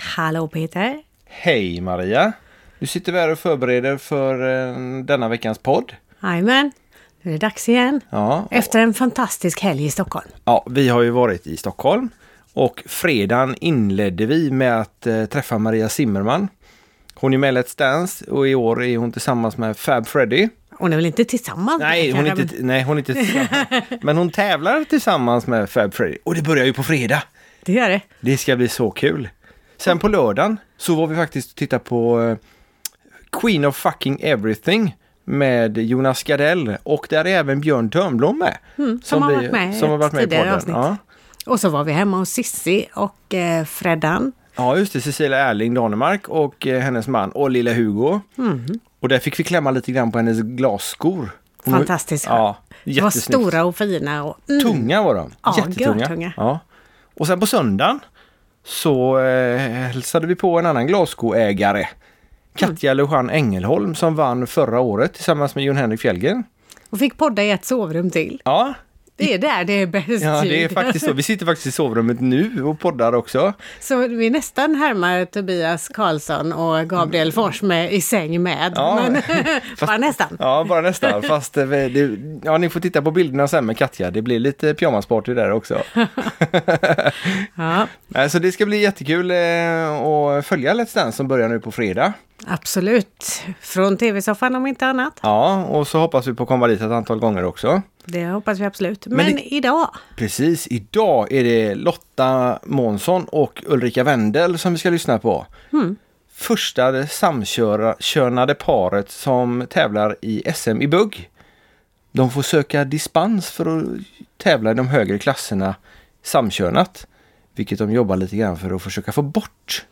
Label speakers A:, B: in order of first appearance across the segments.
A: Hallå Peter!
B: Hej Maria! Du sitter vi här och förbereder för eh, denna veckans podd.
A: Jajamän, nu är det dags igen.
B: Ja,
A: Efter en fantastisk helg i Stockholm.
B: ja, vi har ju varit i Stockholm och fredagen inledde vi med att eh, träffa Maria Zimmerman. Hon är med i Let's Dance och i år är hon tillsammans med Fab Freddy.
A: Hon är väl inte tillsammans?
B: Nej, hon är
A: kanske,
B: inte, nej, hon är inte tillsammans. Men hon tävlar tillsammans med Fab Freddy och det börjar ju på fredag.
A: men Det gör det.
B: Det ska bli så kul. Sen på lördagen så var vi faktiskt och tittade på eh, Queen of fucking everything med Jonas Gardell och där är även Björn Törnblom med.
A: Mm, som har
B: vi-
A: varit med i
B: som har
A: ett
B: varit med i
A: tidigare
B: podden.
A: avsnitt.
B: Ja.
A: Och så var vi hemma hos Sissi och eh, Freddan.
B: ja, just det. Cecilia Erling Danemark och eh, hennes man och lilla Hugo.
A: Mm.
B: Och där fick vi klämma lite grann på hennes glasskor. Hon-
A: Fantastiskt.
B: Ja,
A: De var
B: jättesnyggt.
A: stora och fina. Och, mm,
B: Tunga var de.
A: Ja, görtunga.
B: Jättetunga. Ja. Och sen på söndagen så eh, hälsade vi på en annan glaskoägare.
A: Mm.
B: Katja Lujan Engelholm som vann förra året tillsammans med Jon Henrik Fjällgren.
A: och fick podda i ett sovrum till.
B: Ja,
A: Det är där det är bäst
B: ja det är
A: ljud.
B: faktiskt så. Vi sitter faktiskt i sovrummet nu och poddar också.
A: Så vi nästan härmar Tobias Karlsson och Gabriel Fors med I säng med.
B: Ja,
A: men
B: fast-
A: bara nästan.
B: Ja, bara nästan. Fast eh, det, ja, ni får titta på bilderna sen med Katja. Det blir lite pyjamasparty där också.
A: Ja,
B: Nej, Så det ska bli jättekul eh, att följa Let's Dance som börjar nu på fredag.
A: absolut. Från tv-soffan om inte annat.
B: Ja, och så hoppas vi på att komma dit ett antal gånger också.
A: Det hoppas vi absolut. Men,
B: det-
A: idag,
B: Precis, idag är det Lotta Månsson och Ulrika Wendel som vi ska lyssna på. Första samkönade paret som tävlar i SM i bugg. De får söka dispens för att tävla i de högre klasserna samkönat. Vilket de jobbar lite grann för att försöka få bort.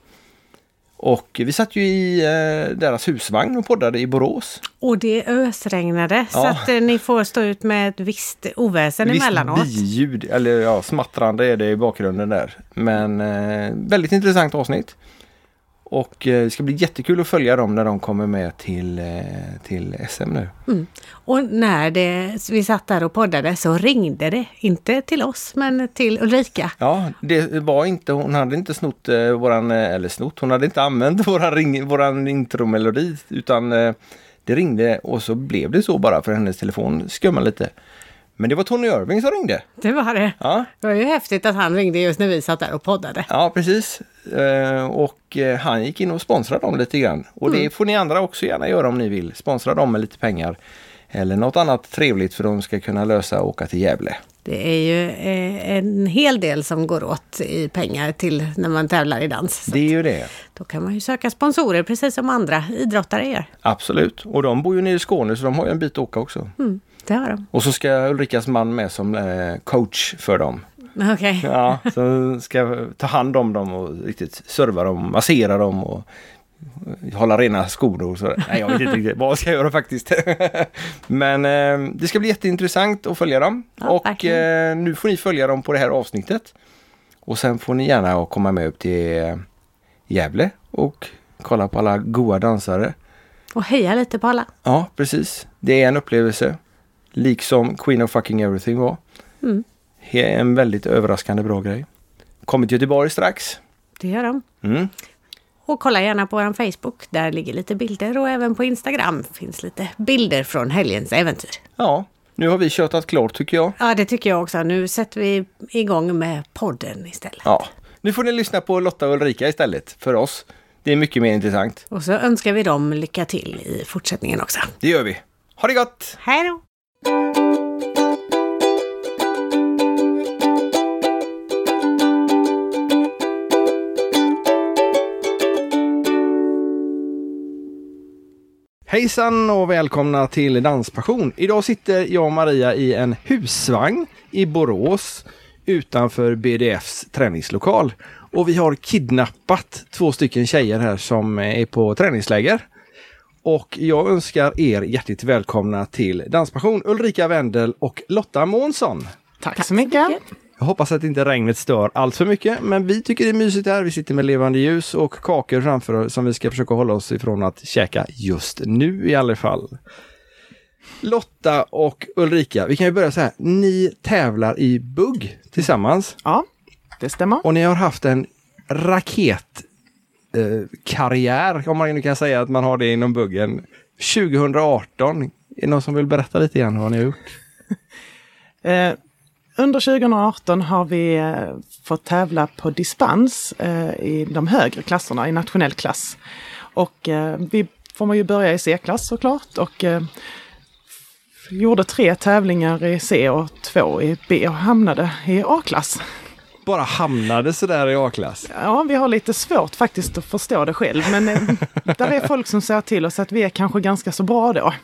B: Och vi satt ju i eh, deras husvagn och poddade i Borås.
A: och det ösregnade så
B: Ja.
A: att eh, ni får stå ut med ett visst oväsen emellanåt.
B: biljud, eller ja, smattrande är det i bakgrunden där. Men eh, väldigt intressant avsnitt. Och eh, det ska bli jättekul att följa dem när de kommer med till, eh, till SM nu.
A: Och när det, vi satt där och poddade så ringde det, inte till oss men till Ulrika.
B: Ja, det var inte, hon hade inte snott eh, våran, eh, eller snott, hon hade inte använt våran, ring, våran intromelodi utan eh, det ringde och så blev det så bara för hennes telefon skummade lite. Men det var Tony Irving som ringde.
A: Det var det.
B: Ja,
A: Det var ju häftigt att han ringde just när vi satt där och poddade.
B: Ja, precis. Eh, Och eh, han gick in och sponsrade dem lite grann. Och det får ni andra också gärna göra om ni vill. Sponsra dem med lite pengar. Eller något annat trevligt för de ska kunna lösa och åka till Gävle.
A: Det är ju eh, en hel del som går åt i pengar till när man tävlar i dans.
B: Det är ju det.
A: Då kan man ju söka sponsorer precis som andra idrottare gör.
B: Absolut. Och de bor ju nere i Skåne så de har ju en bit att åka också.
A: Mm, det har de.
B: Och så ska Ulrikas man med som eh, coach för dem.
A: Okej.
B: Ja, så ska ta hand om dem och riktigt serva dem, massera dem och eh, hålla rena skor och sådär. Nej, jag vet inte riktigt vad ska jag göra faktiskt. Men eh, det ska bli jätteintressant att följa dem.
A: Ja,
B: och
A: verkligen.
B: eh, nu får ni följa dem på det här avsnittet. Och sen får ni gärna komma med upp till eh, Gävle och kolla på alla goa dansare.
A: Och heja lite på alla.
B: Ja, precis. Det är en upplevelse. Liksom Queen of fucking everything var.
A: Mm.
B: He- En väldigt överraskande bra grej. Kommer till Göteborg strax.
A: Det gör de.
B: Mm.
A: Och kolla gärna på vår Facebook. Där ligger lite bilder och även på Instagram finns lite bilder från helgens äventyr.
B: Ja, nu har vi tjötat klart tycker jag.
A: Ja, det tycker jag också. Nu sätter vi igång med podden istället.
B: Ja. Nu får ni lyssna på Lotta och Ulrika istället för oss. Det är mycket mer intressant.
A: Och så önskar vi dem lycka till i fortsättningen också.
B: Det gör vi. Ha det gott!
A: Hej då!
B: Hejsan och välkomna till Danspassion. Idag sitter jag och Maria i en husvagn i Borås utanför BDFs träningslokal. Och vi har kidnappat två stycken tjejer här som är på träningsläger. Och jag önskar er hjärtligt välkomna till Danspassion Ulrika Wendel och Lotta Månsson.
C: Tack så mycket.
B: Jag hoppas att inte regnet stör allt för mycket, men vi tycker det är mysigt här. Vi sitter med levande ljus och kakor framför oss som vi ska försöka hålla oss ifrån att käka just nu i alla fall. Lotta och Ulrika, vi kan ju börja så här. Ni tävlar i bugg tillsammans
C: Ja, det stämmer.
B: och ni har haft en raket eh, karriär, om man nu kan säga att man har det inom buggen. 2018. Är det någon som vill berätta lite grann vad ni har gjort?
C: Eh, under 2018 har vi eh, fått tävla på dispens eh, i de högre klasserna, i nationell klass. Och eh, vi får man ju börja i C-klass såklart och eh, f- gjorde tre tävlingar i C och två i B och hamnade i A-klass.
B: Bara hamnade sådär i A-klass.
C: Ja, vi har lite svårt faktiskt att förstå det själv, men eh, där är folk som säger till oss att vi är kanske ganska så bra då.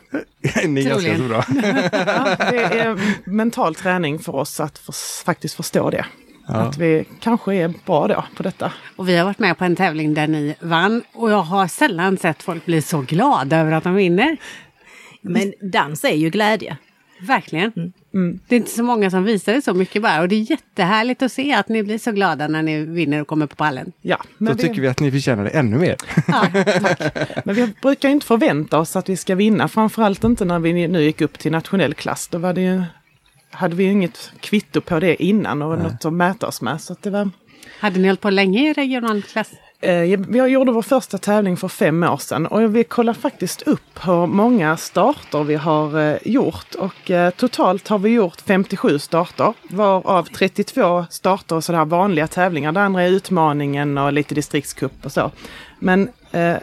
B: ni är ganska så
A: Troligen.
B: bra.
C: Ja, det är mental träning för oss att förs- faktiskt förstå det. Att vi kanske är bra då på detta.
A: Och vi har varit med på en tävling där ni vann och jag har sällan sett folk bli så glada över att de vinner.
D: Men dans är ju glädje.
A: Verkligen. Mm. Det är inte så många som visar det så mycket bara och det är jättehärligt att se att ni blir så glada när ni vinner och kommer på pallen.
C: Ja,
B: Då
C: men, vi,
B: tycker vi att ni förtjänar det ännu mer.
C: men vi brukar inte förvänta oss att vi ska vinna. Framförallt inte när vi nu gick upp till nationell klass. Då var det ju, hade vi inget kvitto på det innan och något att mäta oss med. Så att det var,
A: Hade ni hållit på länge i regional klass?
C: eh, vi gjorde vår första tävling för fem år sedan och vi kollar faktiskt upp hur många starter vi har eh, gjort. Och eh, totalt har vi gjort 57 starter, varav 32 starter och sådana här vanliga tävlingar. Det andra är utmaningen och lite distriktscup och så. Men eh,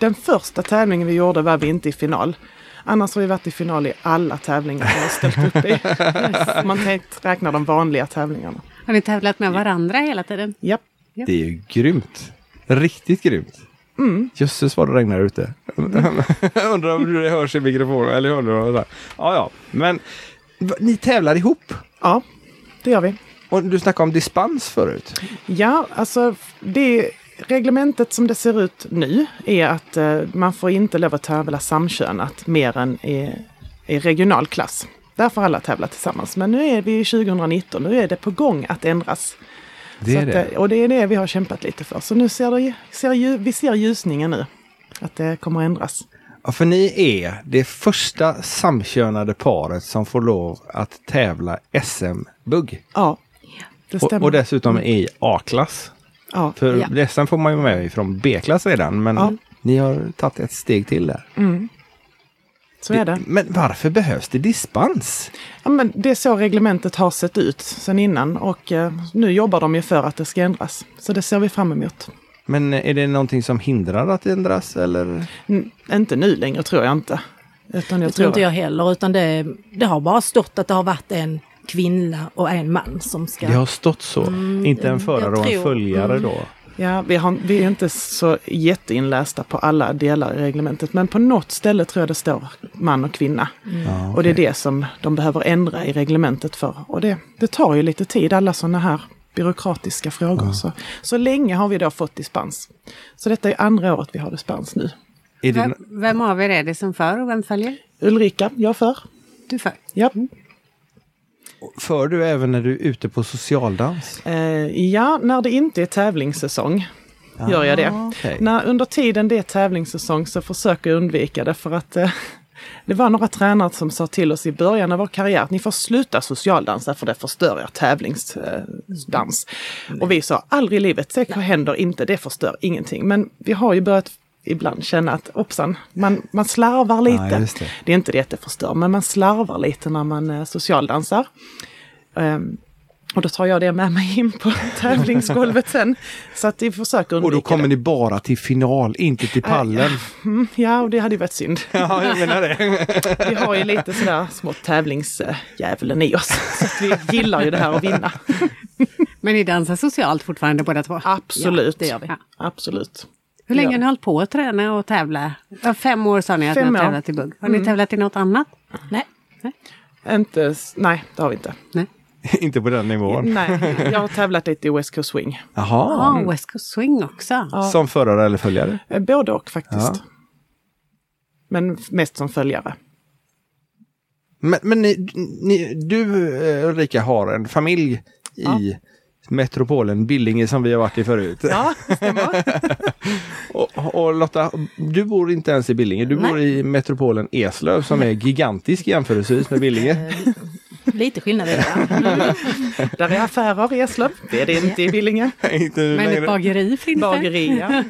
C: den första tävlingen vi gjorde var vi inte i final. Annars har vi varit i final i alla tävlingar vi har ställt upp i. Om Man tänkt- räknar de vanliga tävlingarna.
A: Har ni tävlat med varandra hela tiden?
C: Japp.
B: Det är ju grymt. Riktigt grymt. Jösses vad det regnar ute. Undrar om det hörs i mikrofonen. Eller hör du vad jag sa? Ja, ja. Men v- ni tävlar ihop.
C: Ja, det gör vi.
B: Och du snackade om dispens förut.
C: Ja, alltså det reglementet som det ser ut nu är att eh, man får inte lov att tävla samkönat mer än i, i regional klass. Där får alla tävla tillsammans. Men nu är vi i 2019, nu är det på gång att ändras.
B: Det
C: Så att, eh, Och det är det vi har kämpat lite för. Så nu ser, det, ser ju, vi ser ljusningen nu. Att det kommer att ändras.
B: Ja, för ni är det första samkönade paret som får lov att tävla SM-bugg.
C: Ja, det
B: Och,
C: stämmer.
B: och dessutom i A-klass.
C: ja.
B: För
D: Ja.
B: SM får man ju med från B-klass redan. Men
C: Ja.
B: ni har tagit ett steg till där.
C: Så är det.
B: Men varför behövs det dispens?
C: Ja, men det är så reglementet har sett ut sedan innan och eh, nu jobbar de ju för att det ska ändras. Så det ser vi fram emot.
B: Men eh, är det någonting som hindrar att det ändras eller?
C: N- Mm. inte nu längre tror jag inte. Utan jag
D: Det tror inte jag heller, utan det, det har bara stått att det har varit en kvinna och en man som ska...
B: Det har stått så.
C: Mm,
B: Inte en förare och en
D: tror-
B: följare då.
C: Ja, vi, har, vi är inte så jätteinlästa på alla delar i reglementet men på något ställe tror jag det står man och kvinna.
D: Mm.
B: Ja,
C: Och det är det som de behöver ändra i reglementet för. Och det, det tar ju lite tid, alla sådana här byråkratiska frågor. Så, så länge har vi då fått dispens. Så detta är andra året vi har dispens nu.
B: Är det,
A: Vem, vem av er är det som för och vem följer?
C: Ulrika, jag för.
A: Du för.
C: Ja.
D: Mm.
B: för du även när du är ute på socialdans?
C: Eh, ja, när det inte är tävlingssäsong gör jag det.
B: okej.
C: När, under tiden det är tävlingssäsong så försöker jag undvika det för att eh, det var några tränare som sa till oss i början av vår karriär att ni får sluta socialdansa för det förstör er tävlingsdans.
B: Mm.
C: och vi sa aldrig i livet, det händer inte, det förstör ingenting. Men vi har ju börjat ibland känna att hoppsan, man, man slarvar lite.
B: just det.
C: det är inte det att det förstör, men man slarvar lite när man eh, socialdansar. Ehm, och då tar jag det med mig in på tävlingsgolvet sen. Så att vi försöker undvika
B: Och då kommer
C: det.
B: ni bara till final, inte till pallen.
C: Mm, ja, och det hade ju varit synd.
B: Ja, jag menar det.
C: Vi har ju lite sådär små tävlingsdjävulen i oss. Så att vi gillar ju det här att vinna.
A: Men ni dansar socialt fortfarande båda två?
C: Absolut.
D: det gör vi.
A: Ja.
C: Absolut.
A: Hur länge
C: Ja.
A: har ni hållit på att träna och tävla? Ja, Fem år sa ni att
C: Fem
A: ni har
C: år.
A: tävlat i bugg. Har ni tävlat i något annat?
D: Nej.
C: Inte, s- nej, det har vi inte.
A: Nej.
B: inte på den nivån.
C: Nej, jag har tävlat lite i West Coast Swing.
B: Jaha.
A: Ah, West Coast Swing också.
B: Som förare eller följare?
C: Eh, Både och faktiskt.
B: Ja.
C: Men f- mest som följare.
B: Men, men ni, ni, du eh, Ulrika har en familj i metropolen Billinge som vi har varit i förut.
C: Ja, stämmer.
B: Och, och Lotta, du bor inte ens i Billinge, du bor i metropolen Eslöv som är gigantisk jämförelsevis med Billinge.
D: Lite skillnad är det. va?
C: Där är affärer i Eslöv. Det är det inte i Billinge.
B: Inte
A: Men ett
B: längre.
A: bageri finns det.
C: Bageria,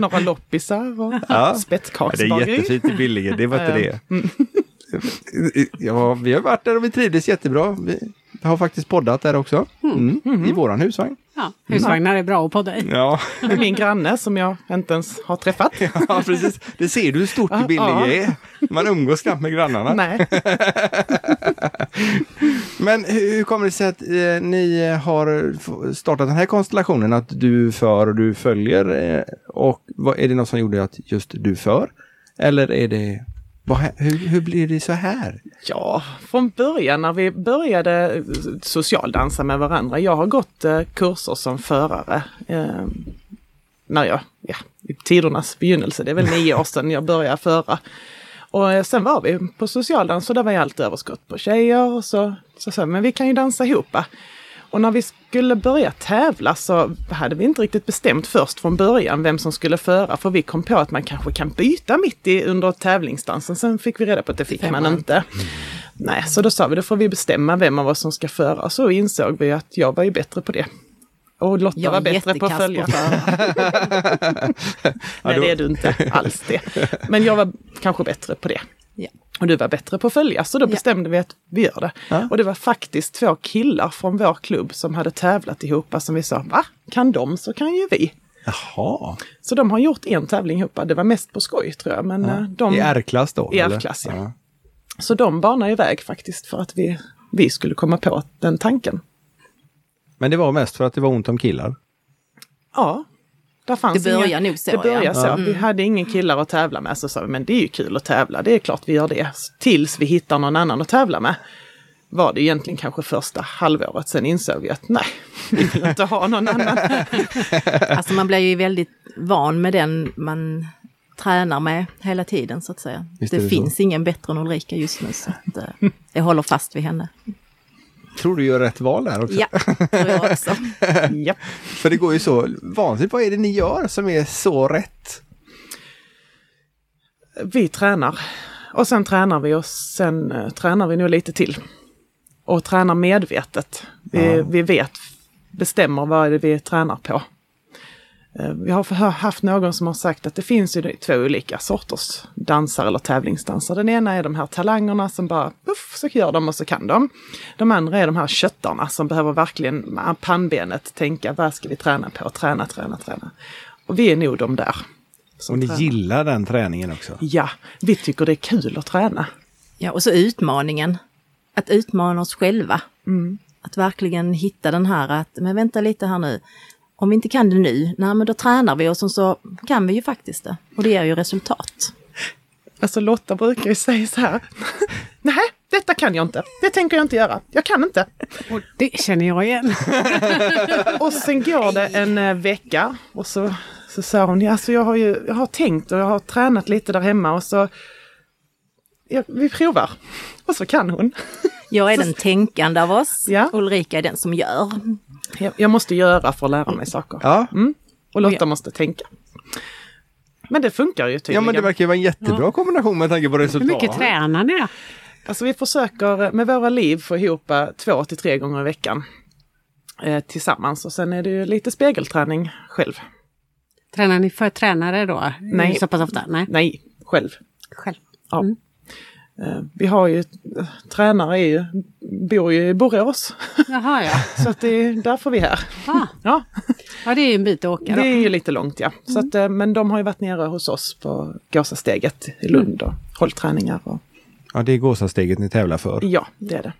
C: några loppisar och
B: Ja. Ja, det är
C: spetskaksbageri.
B: jättefint i Billinge, det var inte det. Ja, vi har varit där och vi trivdes jättebra. Vi har faktiskt poddat där också. Mm. I våran husvagn.
A: Ja, husvagnar är bra att podda i.
B: Ja,
C: Med min granne som jag inte ens har träffat.
B: ja precis. Det ser du hur stort i
C: Ja.
B: Billinge är. Man umgås knappt med grannarna.
C: Nej.
B: Men hur, hur kommer det sig att eh, ni har f- startat den här konstellationen att du för och du följer? Eh, och vad, är det något som gjorde att just du för? Eller är det... Vad, hä- hur, hur blir det så här?
C: Ja, från början när vi började eh, socialdansa med varandra. Jag har gått eh, kurser som förare. Eh, när jag, ja, i tidernas begynnelse. Det är väl nio år sedan jag började föra. Och eh, sen var vi på socialdans och där var ju allt överskott på tjejer. Och så så sa jag, men vi kan ju dansa ihop. va?" Och när vi skulle börja tävla så hade vi inte riktigt bestämt först från början vem som skulle föra. För vi kom på att man kanske kan byta mitt i under tävlingsdansen. Sen fick vi reda på att det fick man inte. Nej, så då sa vi då får vi bestämma vem av oss som ska föra. Så insåg vi att jag var ju bättre på det. Och Lotta
D: Jag
C: var
D: är
C: bättre på att
D: jättekass på
C: följa.
D: att föra.
C: Nej,
B: Ja, då-
C: det är du inte alls det. Men jag var kanske bättre på det.
D: Ja.
C: Och du var bättre på att följa, så då bestämde vi att vi gör det. Och det var faktiskt två killar från vår klubb som hade tävlat ihop alltså som vi sa, va? Kan de så kan ju vi.
B: Jaha,
C: Så de har gjort en tävling ihop, det var mest på skoj tror jag. Men eh, de,
B: i R-klass då?
C: I
B: eller?
C: R-klass, ja. Så de banade iväg faktiskt för att vi, vi skulle komma på den tanken.
B: Men det var mest för att det var ont om killar.
C: Ja. Där fanns
D: Det börjar nog så,
C: Det börjar
D: ja. Mm.
C: så. Vi hade ingen killar att tävla med. Så sa vi, men det är ju kul att tävla. Det är klart vi gör det. Tills vi hittar någon annan att tävla med. Var det egentligen kanske första halvåret. Sen insåg vi att nej, vi vill inte ha någon annan.
D: Alltså man blir ju väldigt van med den man tränar med hela tiden så att säga.
B: Visst är
D: det
B: det
D: finns ingen bättre än Ulrika just nu så att, eh, jag håller fast vid henne.
B: Tror du gör rätt val här också?
D: Ja, tror jag också.
C: Japp.
B: För det går ju så vansinnigt. Vad är det ni gör som är så rätt?
C: Vi tränar. Och sen tränar vi och sen eh, tränar vi nog lite till. Och tränar medvetet. Vi, vi vet, bestämmer vad det är vi tränar på. Eh, Vi har förhör- haft någon som har sagt att det finns ju två olika sorters dansare eller tävlingsdansare. Den ena är de här talangerna som bara puff, så gör de och så kan de. De andra är de här köttarna som behöver verkligen med pannbenet tänka vad ska vi träna på, träna, träna, träna. Och vi är nog de där. som
B: Och ni
C: tränar.
B: gillar den träningen också?
C: Ja, vi tycker det är kul att träna.
D: Ja, och så utmaningen. Att utmana oss själva.
C: Mm.
D: Att verkligen hitta den här att, men vänta lite här nu. Om vi inte kan det nu, nej men då tränar vi och sen så kan vi ju faktiskt det. Och det ger ju resultat.
C: Alltså Lotta brukar ju säga så här. Nej, detta kan jag inte. Det tänker jag inte göra. Jag kan inte.
A: Och det känner jag igen.
C: Och sen går det en eh, vecka och så, så sa hon, ja, alltså jag har ju jag har tänkt och jag har tränat lite där hemma och så ja, vi provar. Och så kan hon.
D: Jag är den tänkande av oss,
C: Ja.
D: Ulrika är den som gör.
C: Jag, jag måste göra för att lära mig saker.
B: Ja.
C: Och Lotta måste tänka. Men det funkar ju
B: ja,
C: tydligen.
B: men det verkar ju vara en jättebra kombination med tanke på
A: Hur mycket
B: resultatet.
A: tränar ni då?
C: Alltså vi försöker med våra liv få ihop eh, två till tre gånger i veckan eh, tillsammans och sen är det ju lite spegelträning själv.
A: Tränar ni för tränare då?
C: Nej.
A: Så pass ofta? Nej.
C: Nej, själv.
A: Själv.
C: Ja.
A: Mm.
C: Eh, Vi har ju, eh, tränare är ju, bor ju i Borås,
A: Jaha, ja.
C: så att det är därför vi är här.
A: Ah,
C: Ja,
A: ja, det är ju en bit att åka
C: det
A: då. Mm.
C: är ju lite långt ja. Så att, eh, men de har ju varit nere hos oss på Gåsasteget i
A: Mm.
C: Lund och hållit träningar. Och,
B: Ja, det är Gåsasteget ni tävlar för.
C: ja, det är det.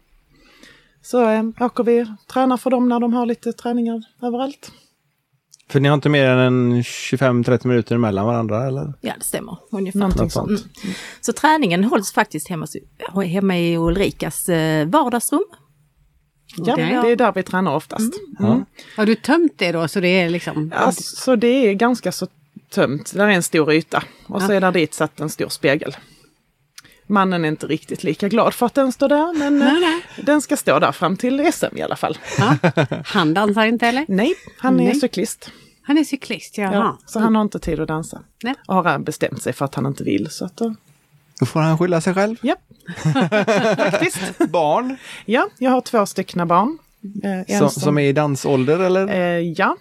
C: Så eh, åker vi och tränar för dem när de har lite träningar överallt.
B: För ni har inte mer än 25-30 minuter mellan varandra eller?
D: Ja, det stämmer. Ungefär.
C: Någonting
B: Något sånt.
C: sånt.
D: Så träningen hålls faktiskt hemma, hemma i Ulrikas eh, vardagsrum.
C: Ja,
A: Okej. Mm.
C: det är där vi tränar oftast.
A: Har du tömt det då så det är liksom...
C: Ja, så det är ganska så tömt. Där är en stor yta och så är där dit satt en stor spegel. Mannen är inte riktigt lika glad för att den står där, men eh, den ska stå där fram till SM i alla fall.
A: Ja. Han dansar inte heller?
C: Nej, han är
A: Nej.
C: cyklist.
A: Han är cyklist, jaha.
C: Ja, så han har inte tid att dansa.
A: Nej.
C: Och har han bestämt sig för att han inte vill, så att då
B: Då får han skylla sig själv.
C: Ja, faktiskt.
B: Barn
C: Ja, jag har två stycken barn. Eh, en
B: som, som är i dansålder eller?
C: eh, Ja,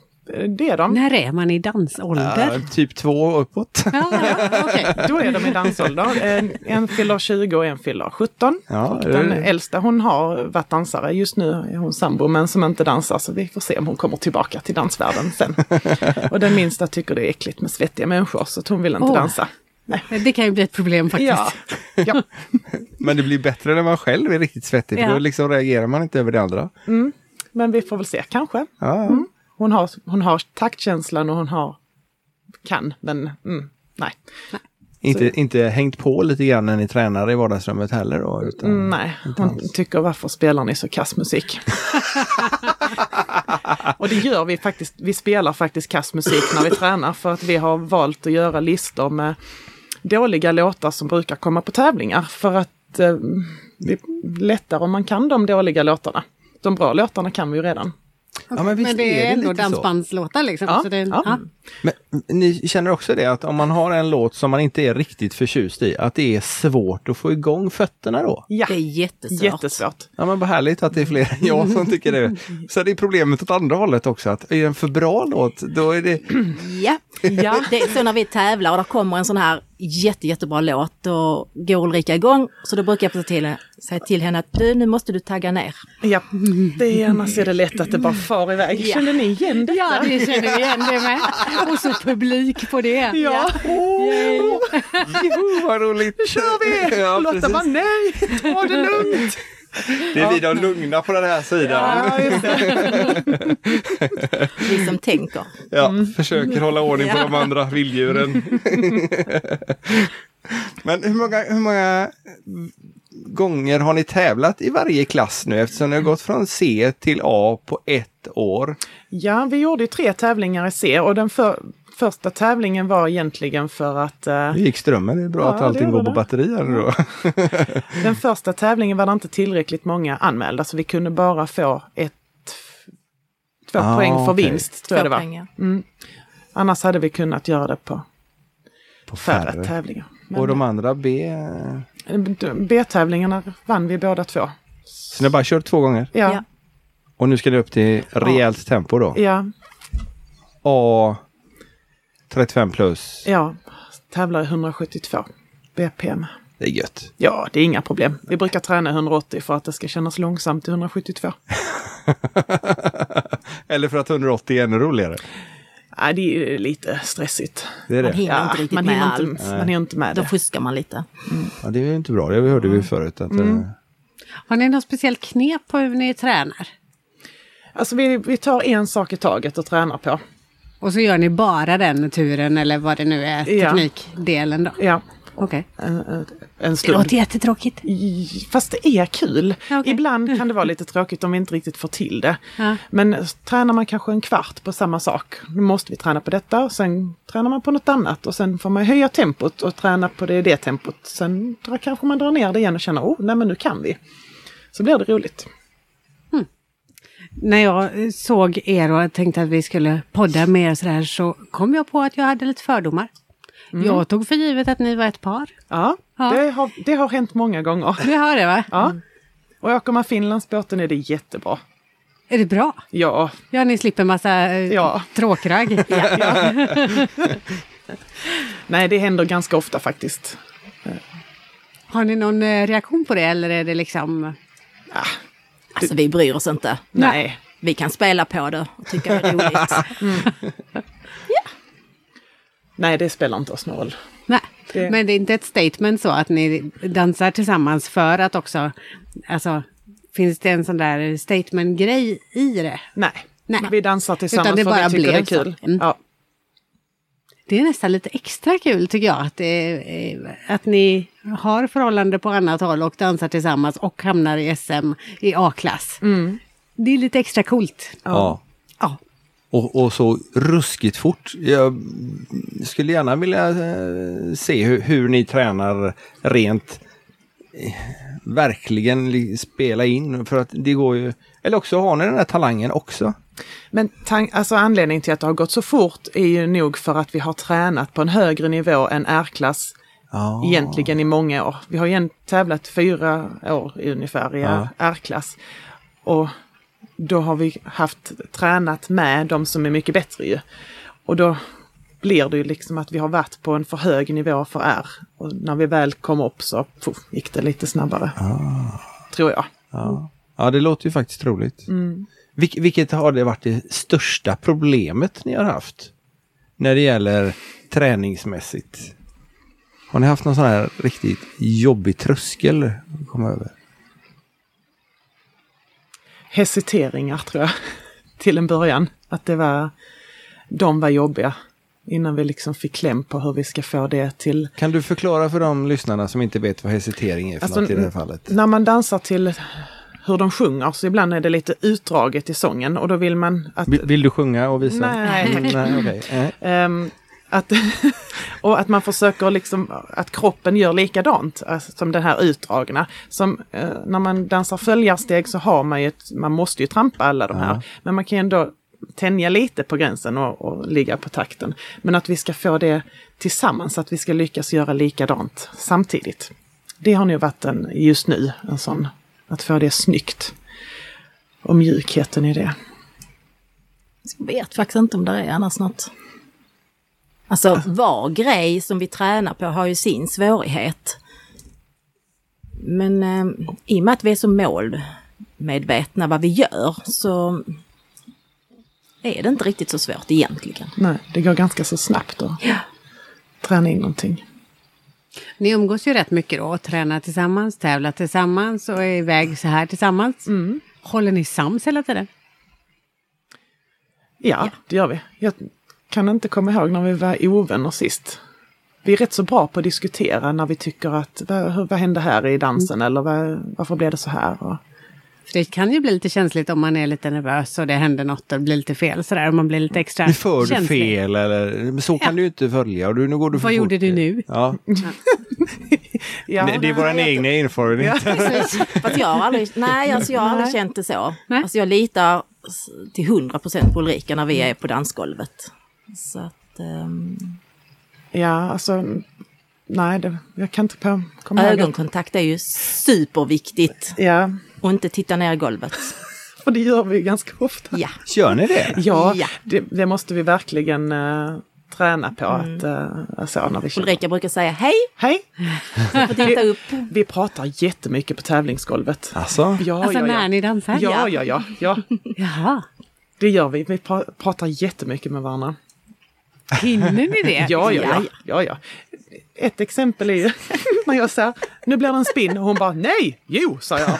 C: det är de.
A: När är man i dansålder?
B: Ja, typ två och uppåt.
A: Ja, ja, okej.
C: Då är de i dansålder. En, en fyller 20 och en fyller 17.
B: Ja,
C: och
B: det är
C: den
B: det.
C: äldsta hon har varit dansare. Just nu är hon sambo men som inte dansar så vi får se om hon kommer tillbaka till dansvärlden sen. och den minsta tycker det är äckligt med svettiga människor så att hon vill inte
A: Åh.
C: dansa.
A: Det kan ju bli ett problem faktiskt.
C: Ja. ja,
B: Men det blir bättre när man själv är riktigt svettig, för
A: Ja.
B: då liksom reagerar man inte över det andra.
C: men vi får väl se kanske.
B: Ja.
C: Hon har, hon har taktkänslan och hon har kan men mm, nej.
B: Inte, inte hängt på lite grann när ni tränar i vardagsrummet heller då? Utan...
C: Nej, hon tycker varför spelar ni så kass musik? och det gör vi faktiskt. Vi spelar faktiskt kass musik när vi tränar för att vi har valt att göra listor med dåliga låtar som brukar komma på tävlingar för att eh, det är lättare om man kan de dåliga låtarna. De bra låtarna kan vi ju redan.
B: Ja, men visst
A: Men det är, ändå
B: lite så.
A: dansbandslåtar liksom.
C: Ja,
A: Så det, är-
C: ja.
A: ja.
B: Men ni känner också det att om man har en låt som man inte är riktigt förtjust i, att det är svårt att få igång fötterna då?
C: Ja,
D: Det är jättesvårt.
C: jättesvårt.
B: Ja men vad härligt att det är fler än jag som tycker det. Så det är problemet åt andra hållet också, att är det en för bra låt, då är det...
D: Ja.
C: Ja.
D: Det är så när vi tävlar och det kommer en sån här jätte, jättebra låt, då går Ulrika igång. Så då brukar jag säga till, säga till henne att du, nu måste du tagga ner.
C: Ja, det är annars är det lätt att det bara far iväg.
D: Ja.
C: Kände ni igen detta?
A: ja, det känner vi igen det med. Och så publik på det.
C: Ja.
B: Åh, Joho, vad roligt! Nu kör vi! Ja,
C: Lotta
B: precis.
C: bara nej, ta det lugnt!
B: Det är vi de lugna på den här sidan.
C: Ja, just det.
D: Vi som tänker.
B: Ja, Försöker hålla ordning på de andra vilddjuren. Men hur många, hur många gånger har ni tävlat i varje klass nu eftersom ni har gått från C till A på ett år?
C: Ja, vi gjorde ju tre tävlingar i C och den för, första tävlingen var egentligen för att eh,
B: Nu gick strömmen, det är bra
C: Ja,
B: att
C: det
B: allting
C: gör
B: går på
C: det.
B: batteri här nu då.
C: den första tävlingen var det inte tillräckligt många anmälda så vi kunde bara få ett, två
B: Ah,
C: poäng för
B: okej.
C: vinst. Tror jag det var.
D: Pengar.
C: Annars hade vi kunnat göra det på
B: På
C: färre tävlingar. eh,
B: Och de andra B?
C: B-tävlingarna vann vi båda två.
B: Så ni har bara kört två gånger?
C: Ja,
B: Och nu ska ni upp till rejält tempo då?
C: ja,
B: A 35 plus.
C: ja. Tävlar i 172 BPM.
B: Det är gött.
C: Ja, det är inga problem. Vi brukar träna 180 för att det ska kännas långsamt i 172.
B: Eller för att 180 är ännu roligare.
C: Nej, Äh, det är ju lite stressigt.
B: Det är
D: Man
B: det.
D: hinner inte riktigt
C: man,
D: med
C: hinner
D: allt.
C: inte, man hinner inte med
D: Då
C: det.
D: fuskar man lite.
B: Ja, det är ju inte bra, det hörde vi förut. Att, eh,
A: Har ni något speciellt knep på hur ni tränar?
C: Alltså vi, vi tar en sak i taget och tränar på.
A: Och så gör ni bara den turen eller vad det nu är,
C: Ja.
A: teknikdelen då?
C: Ja,
A: Okej.
C: en
A: Det
C: stund.
A: låter jättetråkigt.
C: I- Fast det är kul.
A: Ja, okej.
C: Ibland kan det vara lite tråkigt om vi inte riktigt får till det.
A: Ja.
C: Men s- tränar man kanske en kvart på samma sak. Nu måste vi träna på detta och sen tränar man på något annat. Och sen får man höja tempot och träna på det i det tempot. Sen drar, kanske man drar ner det igen och känner oh, nej men nu kan vi. Så blir det roligt.
A: När jag eh, såg er och tänkte att vi skulle podda med er så här så kom jag på att jag hade lite fördomar. Jag tog för givet att ni var ett par.
C: Ja,
A: Ja.
C: Det, har, det har hänt många gånger.
A: Du hör det va?
C: Ja. Och åker man Finlandsbåten är det jättebra.
A: Är det bra?
C: Ja,
A: Ja, ni slipper massa eh,
C: Ja.
A: tråkragg.
C: nej det händer ganska ofta faktiskt.
A: Har ni någon eh, reaktion på det eller är det liksom...
D: Alltså vi bryr oss inte.
C: Nej.
D: Vi kan spela på det och tycka det är roligt.
C: Nej, det spelar inte oss någon roll.
A: Nej,
C: Det-
A: men det är inte ett statement så att ni dansar tillsammans för att också... Alltså, finns det en sån där statement-grej i det?
C: Nej.
A: Nej.
C: Vi dansar tillsammans
A: Utan det
C: för
A: bara
C: vi tycker det är
A: blev så.
C: kul.
A: Mm.
C: Ja.
A: Det är nästan lite extra kul tycker jag att, det, eh, att ni har förhållande på annat håll och dansar tillsammans och hamnar i SM i A-klass. Det är lite extra coolt.
B: ja.
A: Ja.
B: Och, och så ruskigt fort. Jag skulle gärna vilja eh, se hur, hur ni tränar rent. eh, Verkligen li- spela in för att det går ju. Eller också har ni den här talangen också.
C: Men tan- alltså anledningen till att det har gått så fort är ju nog för att vi har tränat på en högre nivå än R-klass
B: Ja.
C: egentligen i många år. Vi har igen tävlat fyra år ungefär i
B: Ja.
C: R-klass. Och då har vi haft tränat med de som är mycket bättre ju. Och då blir det ju liksom att vi har varit på en för hög nivå för R. Och när vi väl kom upp så puff, gick det lite snabbare.
B: Ah.
C: Tror jag.
B: Ja. ja, det låter ju faktiskt roligt.
A: Mm.
B: Vilk, vilket har det varit det största problemet ni har haft? När det gäller träningsmässigt. Har ni haft någon sån här riktigt jobbig tröskel att komma över?
C: Hesiteringar tror jag. Till en början. Att det var, de var jobbiga. Innan vi liksom fick kläm på hur vi ska få det till
B: Kan du förklara för de lyssnarna som inte vet vad hesitering är för
C: Alltså,
B: något i det här fallet?
C: När man dansar till hur de sjunger så ibland är det lite utdraget i sången och då vill man att...
B: Vill, vill du sjunga och visa? Mm,
C: Nej, tack.
B: Nej, okej. Nej.
C: Ehm, att, och att man försöker liksom att kroppen gör likadant alltså, som den här utdragna. Som eh, när man dansar följarsteg så har man ju ett, man måste ju trampa alla de här. Men man kan ju ändå tänja lite på gränsen och, och ligga på takten. Men att vi ska få det tillsammans, att vi ska lyckas göra likadant samtidigt. Det har nog varit en, just nu, en sån, att få det snyggt. Och mjukheten i det.
D: Jag vet faktiskt inte om det är annars något. Alltså var grej som vi tränar på har ju sin svårighet. Men eh, i och med att vi är så målmedvetna vad vi gör så är det inte riktigt så svårt egentligen.
C: Nej, det går ganska så snabbt att träna in någonting.
A: Ni umgås ju rätt mycket då, tränar tillsammans, tävlar tillsammans och är iväg så här tillsammans. Håller ni sams hela tiden?
C: Ja, det gör vi. Jag kan inte komma ihåg när vi var ovänner sist. Vi är rätt så bra på att diskutera när vi tycker att vad, hur- vad hände här i dansen eller vad, varför blev det så här? Och,
A: För det kan ju bli lite känsligt om man är lite nervös och det händer något och det blir lite fel sådär. och Man blir lite extra
B: Eh, Nu för du
A: känslig.
B: fel eller men så kan du ju inte följa. Och du, nu går du för
A: Vad
B: fort.
A: gjorde du nu?
B: Ja.
C: ja,
B: det, det är vår egna erfarenhet.
D: Fast jag har aldrig, nej, alltså jag har aldrig känt det så.
A: Nej.
D: Alltså jag litar s- till 100% på Ulrika när vi är på dansgolvet. Så att, ehm,
C: ja, alltså, nej, det, jag kan inte på- komma ihåg. att-
D: ögonkontakt är ju superviktigt.
C: Ja,
D: Och inte titta ner i golvet.
C: för det gör vi ganska ofta.
D: Ja.
B: Gör ni det?
C: Ja,
D: Ja.
C: Det, det måste vi verkligen eh, träna på att eh, alltså, när vi känner.
D: Ulrika brukar säga hej
C: Hej!
D: och titta upp.
C: Vi pratar jättemycket på tävlingsgolvet.
B: Alltså?
C: Ja,
A: Alltså
C: ja, ja.
A: när ni dansar?
C: Ja, ja, ja, ja.
A: Jaha,
C: Det gör vi. Vi pra- pratar jättemycket med varandra.
A: hinner ni det?
C: Ja, ja, ja. ja, ja. Ett exempel är ju när jag säger nu blir det en spinn och hon bara nej, jo, sa jag.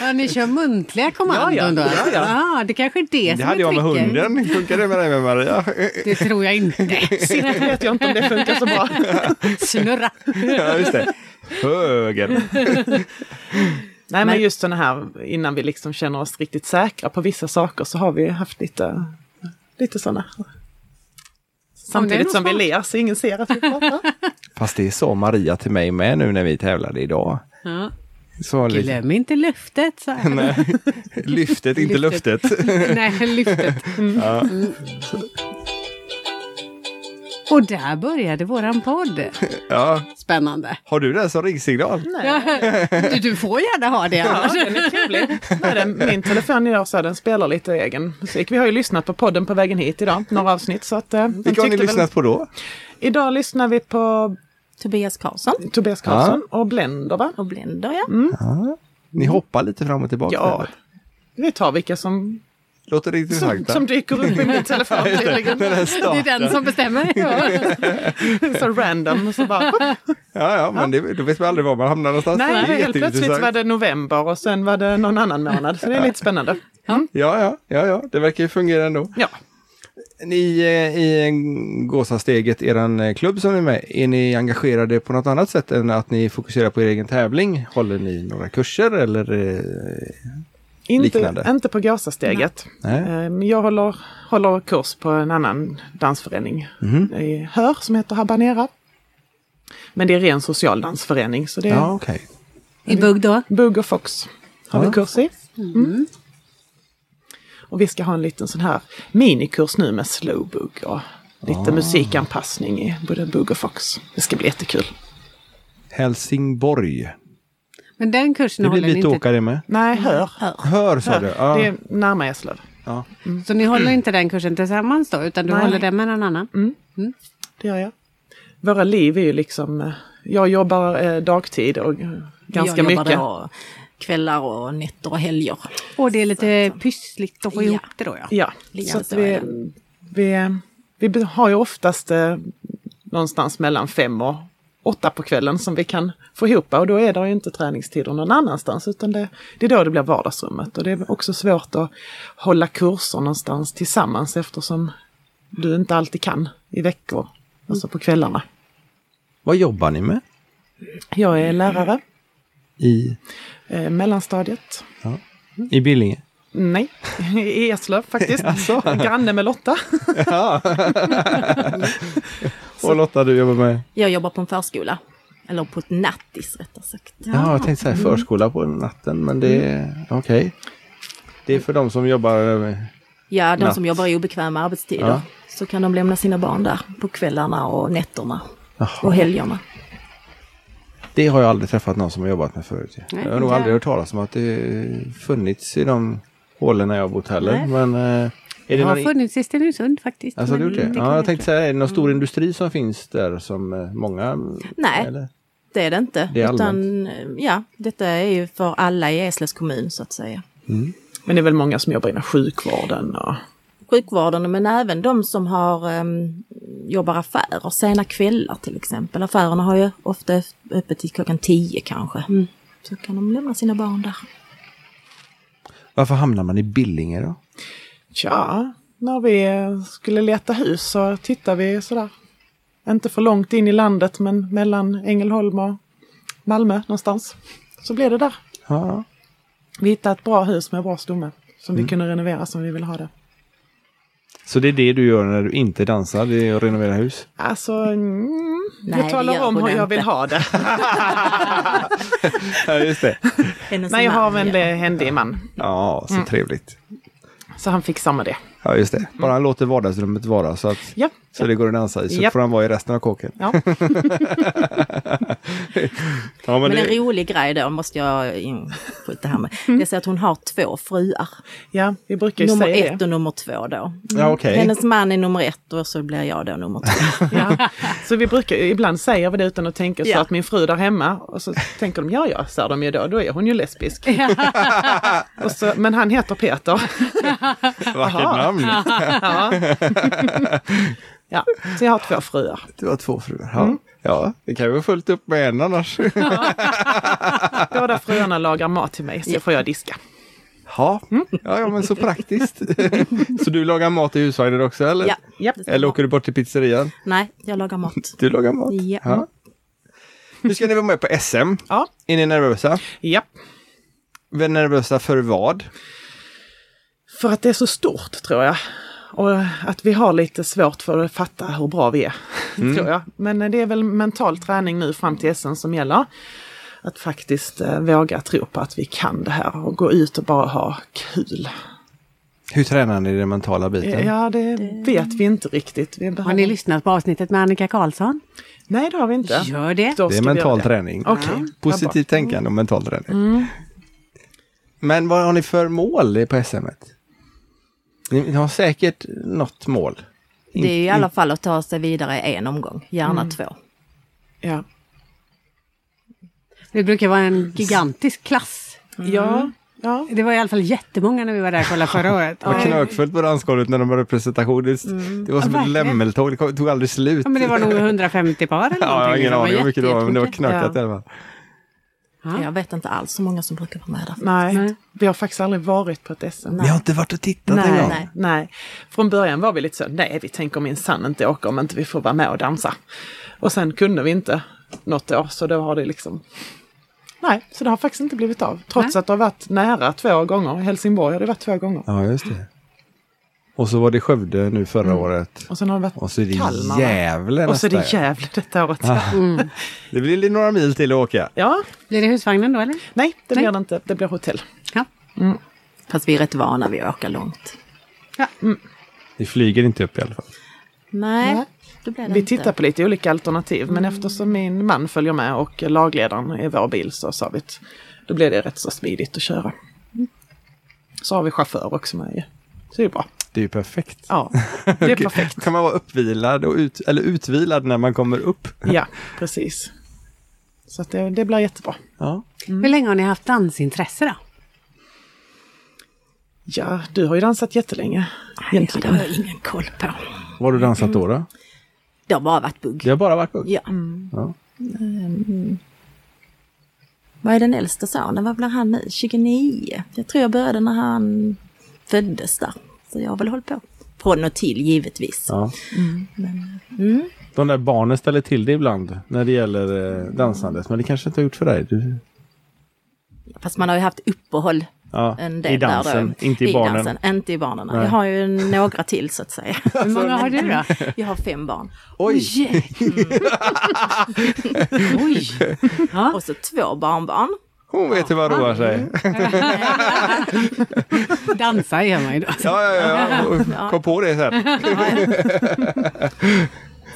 A: Ja, ni kör muntliga kommandon
C: Ja, ja.
A: då?
C: Ja,
A: Ah, det kanske inte är
B: Det
A: som
B: hade
A: är
B: jag med
A: tricket.
B: hunden. Funkar det med dig med Maria?
A: Det tror jag inte.
C: Sitt vet jag inte om det funkar så bra.
A: Snurra.
B: Ja, just det. Höger.
C: Nej, men just sådana här innan vi liksom känner oss riktigt säkra på vissa saker så har vi haft lite, lite sådana. Samtidigt som vi ler så ingen ser att vi pratar.
B: Fast det sa Maria till mig med nu när vi tävlade idag.
A: Ja.
B: Så lite,
A: Glöm inte löftet. Så. här.
B: nej, lyftet, inte
A: Lyftet.
B: luftet.
A: Nej, lyftet. Mm. Och där började våran podd.
B: Ja.
A: Spännande.
B: Har du det som ringsignal?
A: Du, du får gärna ha det annars.
C: Den är trevlig. Nej, den, min telefon idag så här, den spelar lite egen musik. Vi har ju lyssnat på podden på vägen hit idag, några avsnitt. Så att, eh, den
B: Vilka har ni
C: tyckte väl-
B: lyssnat på då?
C: Idag lyssnar vi på
D: Tobias Karlsson
C: Tobias Karlsson och Blender va?
D: och Blender ja.
B: Mm, Ni hoppar lite fram och tillbaka.
C: Ja.
B: där.
C: Vi tar vilka som,
B: Låter det
C: som,
B: intressanta?
C: som dyker upp i min telefon tydligen.
B: Den här
A: Det
B: starten.
A: är den som bestämmer. Ja.
C: Så random. Så bara,
B: Ja, ja, men det, då vet man aldrig var man hamnar någonstans.
C: nej,
B: det är
C: helt plötsligt
B: jätteintressant.
C: var det november och sen var det någon annan månad. Så det är lite spännande. Mm.
B: Ja, ja, ja, ja, det verkar ju fungera ändå.
C: Ja.
B: Ni eh, i eh, Gåsasteget, eran eh, klubb som ni är med, är ni engagerade på något annat sätt än att ni fokuserar på er egen tävling? Håller ni några kurser eller? eh,
C: Inte,
B: Liknande.
C: inte på Gazasteget.
B: Nej.
C: Ehm, Jag håller, håller kurs på en annan dansförening
B: Mhm.
C: i Hör som heter Habanera. Men det är ren social dansförening så det är
B: Ja, okej.
A: I bugg då?
C: Bug och Fox har
B: Ja.
C: vi kurs i. Mm. Och vi ska ha en liten sån här minikurs nu med slowbug och
B: Ah.
C: lite musikanpassning i både Bugg och Fox. Det ska bli jättekul.
B: Helsingborg.
A: Men den kursen
B: Det blir
A: håller ni
B: lite
A: inte.
B: åka det med.
C: Nej,
D: Mm.
C: hör.
B: Hör sa du?
C: Det
B: Ja.
C: är närmare Eslöv.
B: ja.
A: Så ni håller inte den kursen tillsammans då, utan du
C: Nej.
A: håller den med någon annan?
B: Mm.
C: Det gör jag. Våra liv är ju liksom... eh, Jag jobbar eh, dagtid och eh, ganska
D: jag jobbar
C: mycket.
D: då kvällar och nätter och helger.
A: Och det är lite pyssligt att få
D: Ja.
A: ihop det då ja.
C: Ja,
D: Lite
C: så att
D: så,
C: vi,
D: ja.
C: vi, vi be- har ju oftast eh, någonstans mellan fem och åtta på kvällen som vi kan få ihop och då är det ju inte träningstider någon annanstans utan det, det är då det blir vardagsrummet och det är också svårt att hålla kurser någonstans tillsammans eftersom du inte alltid kan i veckor, alltså på kvällarna.
B: Vad jobbar ni med?
C: Jag är lärare,
B: I,
C: eh, mellanstadiet.
B: i Billinge?
C: Nej, i Eslöv faktiskt. Granne med Lotta.
B: Och Lotta, du jobbar med?
D: Jag jobbar på en förskola. Eller på ett nattis rättare sagt.
B: Ja, jag tänkte säga förskola på natten, men det är okej. Det är för de som jobbar... eh,
D: Ja, de
B: Natt.
D: som jobbar i obekväma arbetstider.
B: Ja.
D: Så kan de lämna sina barn där på kvällarna och nätterna. Och helgerna.
B: Det har jag aldrig träffat någon som har jobbat med förut. ju.
A: Nej,
B: jag har nog
A: inte.
B: aldrig hört talas om att det funnits i de hålen jag har bott heller.
D: Nej.
B: Men eh, är
A: Det
B: det
A: har
B: någon...
A: funnits i Stenungsund faktiskt.
B: Alltså, har
A: men
B: du gjort det?
A: inte
B: Ja,
A: kvar.
B: jag tänkte säga, är det någon stor industri som finns där som eh, många...
D: Nej.
B: Eller?
D: Det är det inte.
B: Det är
D: utan, eh, ja, detta är ju för alla i Eslövs kommun så att säga.
C: Men det är väl många som jobbar inom sjukvården och
D: Sjukvården men även de som har, um, jobbar affärer sena kvällar till exempel. Affärerna har ju ofta öppet till klockan 10 kanske.
C: Mm.
D: Så kan de lämna sina barn där.
B: Varför hamnar man i Billinge då?
C: Tja, när vi eh, skulle leta hus så tittade vi sådär. Inte för långt in i landet men mellan Ängelholm och Malmö någonstans. Så blev det där.
B: Ja.
C: Vi hittade ett bra hus med bra stomme som vi kunde renovera som vi ville ha det.
B: Så det är det du gör när du inte dansar, det är att renovera hus?
C: Alltså, mm,
D: Nej,
C: jag
D: det
C: talar
D: gör Alltså,
C: om
D: hon
C: hur jag
D: inte.
C: vill ha det.
B: Ja, just det.
D: Hennes
C: Nej, jag har en
D: man, ja.
C: eh, händig man.
B: Ja, så trevligt.
C: Så han fixar med det.
B: Ja, just det. Bara han låter vardagsrummet vara så att
C: Ja.
B: så det går att dansa i, så
C: Ja.
B: får han vara i resten av kåken.
C: Ja.
B: Ja,
D: Men,
B: det-
D: en rolig grej då måste jag inskjuta här med.
C: Mm.
D: Det är så att hon har två fruar.
C: ja, vi brukar ju
D: nummer
C: säga det.
D: ett och nummer två då.
B: Ja, okej.
D: Hennes man är nummer ett och så blir jag då nummer två.
C: Ja. Så vi brukar, ibland säger vi det utan att tänka så
D: Ja.
C: att min fru där hemma, och så tänker de ja ja, säger de ju då, då är hon ju lesbisk. och så, men han heter Peter.
B: Vackert namn!
C: Ja. ja, så jag har två fruar.
B: Du har två fruar. Ja. ja, det kan ju vara fullt upp med en annars.
C: Båda fruarna lagar mat till mig, så får jag diska.
B: Ja, Mm. ja, ja men så praktiskt. så du lagar mat i husvagnen också eller?
D: Ja,
C: Japp.
D: det stämmer.
B: Eller åker du Mm. bort till pizzerian?
D: Nej, jag lagar mat.
B: Du lagar mat?
D: Ja.
B: Nu ska ni vara med på SM.
C: Ja,
B: Är ni nervösa?
C: ja.
B: Vi är nervösa för vad?
C: För att det är så stort tror jag. Och att vi har lite svårt för att fatta hur bra vi är. tror jag. Men eh, det är väl mental träning nu fram till SM som gäller. Att faktiskt eh, våga tro på att vi kan det här och gå ut och bara ha kul.
B: Hur tränar ni den mentala biten?
C: Ja, det vet vi inte riktigt. Vi
A: Har
C: behöver...
A: ni lyssnat på avsnittet med Annika Karlsson?
C: Nej, det har vi inte.
A: Gör det!
C: Då
B: Det är
C: ska vi
B: mental
C: göra det.
B: träning.
C: Okej. Mm.
B: Positivt tänkande och mental träning. Men vad har ni för mål på SM? -et? Ni ni har säkert något mål.
D: Det är i alla fall att ta sig vidare en omgång, gärna
C: Mm.
D: två.
C: Ja.
A: Det brukar vara en gigantisk klass.
C: Ja. ja.
A: Det var i alla fall jättemånga när vi var där och kollade förra året.
B: Det var knökfullt på dansgolvet när de hade presentation. Det,
C: Mm.
B: det var som ett
A: verkligen.
B: lämmeltåg, det kom- tog aldrig slut.
A: Ja, men det var nog 150 par eller
B: Ja, jag har
A: någonting.
B: ingen aning hur mycket det var, men det var
A: jättetråkigt.
B: knökat
C: Ja.
B: i alla fall.
C: Ah.
A: Ja.
D: Jag vet inte alls så många som brukar vara med där.
C: Nej.
A: Nej.
C: vi har faktiskt aldrig varit på ett SM.
B: Ni har inte varit och tittat en
C: Nej,
B: gång?
C: nej, nej. Från början var vi lite så, nej vi tänker minsann inte åka om inte vi får vara med och dansa. Och sen kunde vi inte något år så då har det liksom, nej, så det har faktiskt inte blivit av. Trots
A: Nej.
C: att det har varit nära två gånger, I Helsingborg har det varit två gånger.
B: Ja, just det. Och så var det Skövde nu förra året.
C: Och sen har det varit
B: Och så är det
C: Mm. Kalmar. va?
B: Gävle
C: Och så är
B: nästa. Ah.
C: det
B: ja.
C: Gävle detta året.
B: Det blir li- några mil till att åka.
C: Ja,
A: Blir det husvagnen då eller?
C: nej det
A: Nej.
C: blir det inte, det blir hotell.
A: Ja.
D: Fast vi är rätt vana vid att åka långt.
B: Ni flyger inte upp i alla fall.
D: Nej,
C: Nej.
D: då blev det
C: Vi
D: inte. Mm.
C: tittar på lite olika alternativ men eftersom min man följer med och lagledaren i vår bil så sa vi att då blir det rätt så smidigt att köra.
D: Mm.
C: Så har vi chaufför också med ju. Så det är bra.
B: Det är ju perfekt.
C: Ja, det är perfekt.
B: Kan man vara uppvilad och ut, eller utvilad när man kommer upp?
C: Ja, precis. Så att det, det blir jättebra.
B: Ja.
A: Hur länge har ni haft dansintresse då?
C: Ja, du har ju dansat jättelänge.
D: Ja, det har
C: Egentligen.
D: jag ingen koll på.
B: Vad har du dansat då?
C: Mm.
B: då?
D: Det har bara varit bugg.
B: Det har bara varit bugg?
D: Ja.
B: Ja.
D: Ehm, Vad är den äldsta sonen? Vad blir han nu? 29? Jag tror jag började när han föddes där. Så jag har väl hållit på. Från och till givetvis.
B: Ja. De där barnen ställer till det ibland när det gäller eh, dansandet. Men det kanske inte har gjort för dig? Du,
D: Fast man har ju haft uppehåll.
B: ja,
D: En del
B: I dansen,
D: där då.
B: inte i, barnen.
D: Dansen, inte i barnen.
B: Nej.
D: Jag har ju några till så att säga.
A: Hur
B: Alltså,
A: många har du då?
D: Jag har fem barn.
B: Oj!
A: Oj! Ja.
D: Och så två barnbarn.
B: Hon vet hur man roar sig.
A: Dansa gör man ju då.
B: Ja, ja, ja, ja. Kom på det sen.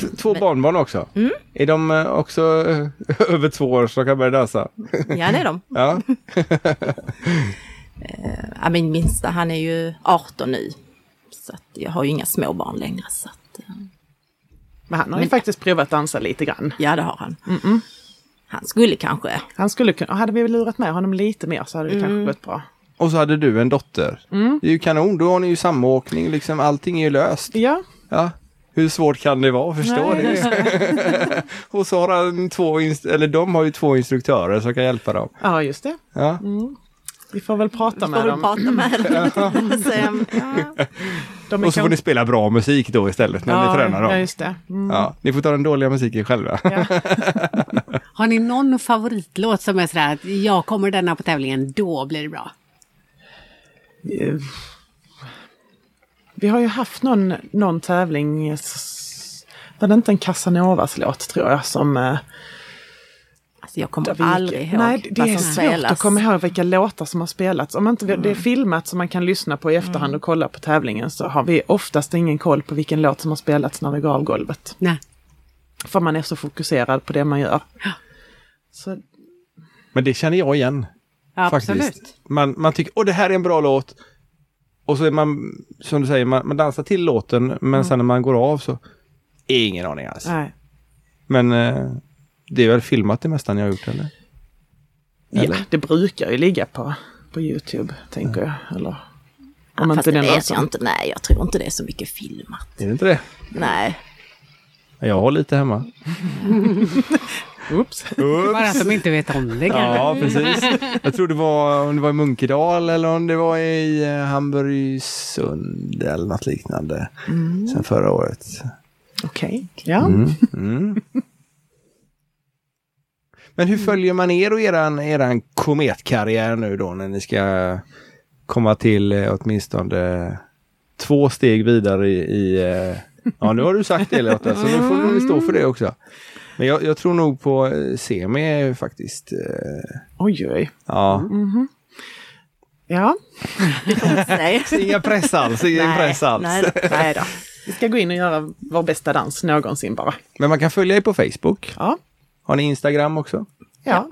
B: T- Två barnbarn också. Är de eh, också eh, över två år så de kan börja dansa?
D: Ja, det är de.
B: Ja.
D: Ja, Eh, min minsta han är ju 18 nu. Så att jag har ju inga små barn längre. Så att, eh,
C: Men han har ju faktiskt provat dansa lite grann.
D: ja, det har han. Han skulle kanske.
C: Han skulle kunna, hade vi lurat med honom lite mer så hade det
D: Mm.
C: kanske gått bra.
B: Och så hade du en dotter. Det är ju kanon, då har ni ju samåkning, liksom allting är ju löst.
C: Ja,
B: Ja. Hur svårt kan det vara att förstå
C: Nej,
B: det? och så har han två, inst- eller de har ju två instruktörer som kan hjälpa dem.
C: ja just det. Mm.
B: Ja.
C: Vi får väl prata
D: Jag
C: med
D: får väl
C: dem.
D: prata med dem. Sen, ja.
C: De är
B: Och så får
C: kanske-
B: ni spela bra musik då istället när ni tränar
C: Ja,
B: dem.
C: just det. Mm.
B: Ja, ni får ta den dåliga musiken själva.
A: Har ni någon favoritlåt som är sådär att jag kommer denna på tävlingen, då blir det bra?
C: Eh, Vi har ju haft någon, någon tävling, s- var det inte en Casanovas låt tror jag som... eh,
D: Alltså, jag kommer
C: där vi gick-
D: aldrig ihåg
C: Nej, det- det
D: vad
C: är
D: som
C: svårt
D: spelas. Mm.
C: att komma ihåg vilka låtar som har spelats. Om inte vi, det är filmat så man kan lyssna på i efterhand och kolla på tävlingen så har vi oftast ingen koll på vilken låt som har spelats när vi går av golvet.
A: Nej.
C: För man är så fokuserad på det man gör. Så
B: Men det känner jag igen.
A: Ja,
B: faktiskt. Man, man tycker, åh det här är en bra låt. Och så är man, som du säger, man, man dansar till låten men sen när man går av så, ingen aning alls.
C: Mm. nej.
B: Men eh, det är väl filmat det mesta ni har gjort eller?
C: Ja,
B: Eller?
C: det brukar ju ligga på, på Youtube, tänker jag. Eller, om
D: Fast
C: inte
D: det
C: den
D: vet
C: låten.
D: jag inte. Nej, jag tror inte det är så mycket filmat.
B: Är det inte det?
D: Nej,
B: Jag har lite hemma.
C: Oops.
A: Bara att de inte vet om det kanske.
B: Ja, precis. Jag tror det var om det var i Munkedal eller om det var i eh, Hamburgsund eller något liknande. Sen förra året. Mm.
C: Okej. Ja.
A: Mm.
B: Men hur följer man er och eran, eran kometkarriär nu då när ni ska komma till eh, åtminstone två steg vidare i... i eh, ja, nu har du sagt det Lotta, så nu får vi stå för det också. Men jag, jag tror nog på eh, semi faktiskt. eh,
C: Oj, oj.
B: Ja.
C: Ja,
D: nej.
B: Inga press alls, ingen press alls.
D: nej, nej då.
C: vi ska gå in och göra vår bästa dans någonsin bara.
B: Men man kan följa er på Facebook.
C: Ja,
B: Har ni Instagram också?
C: ja,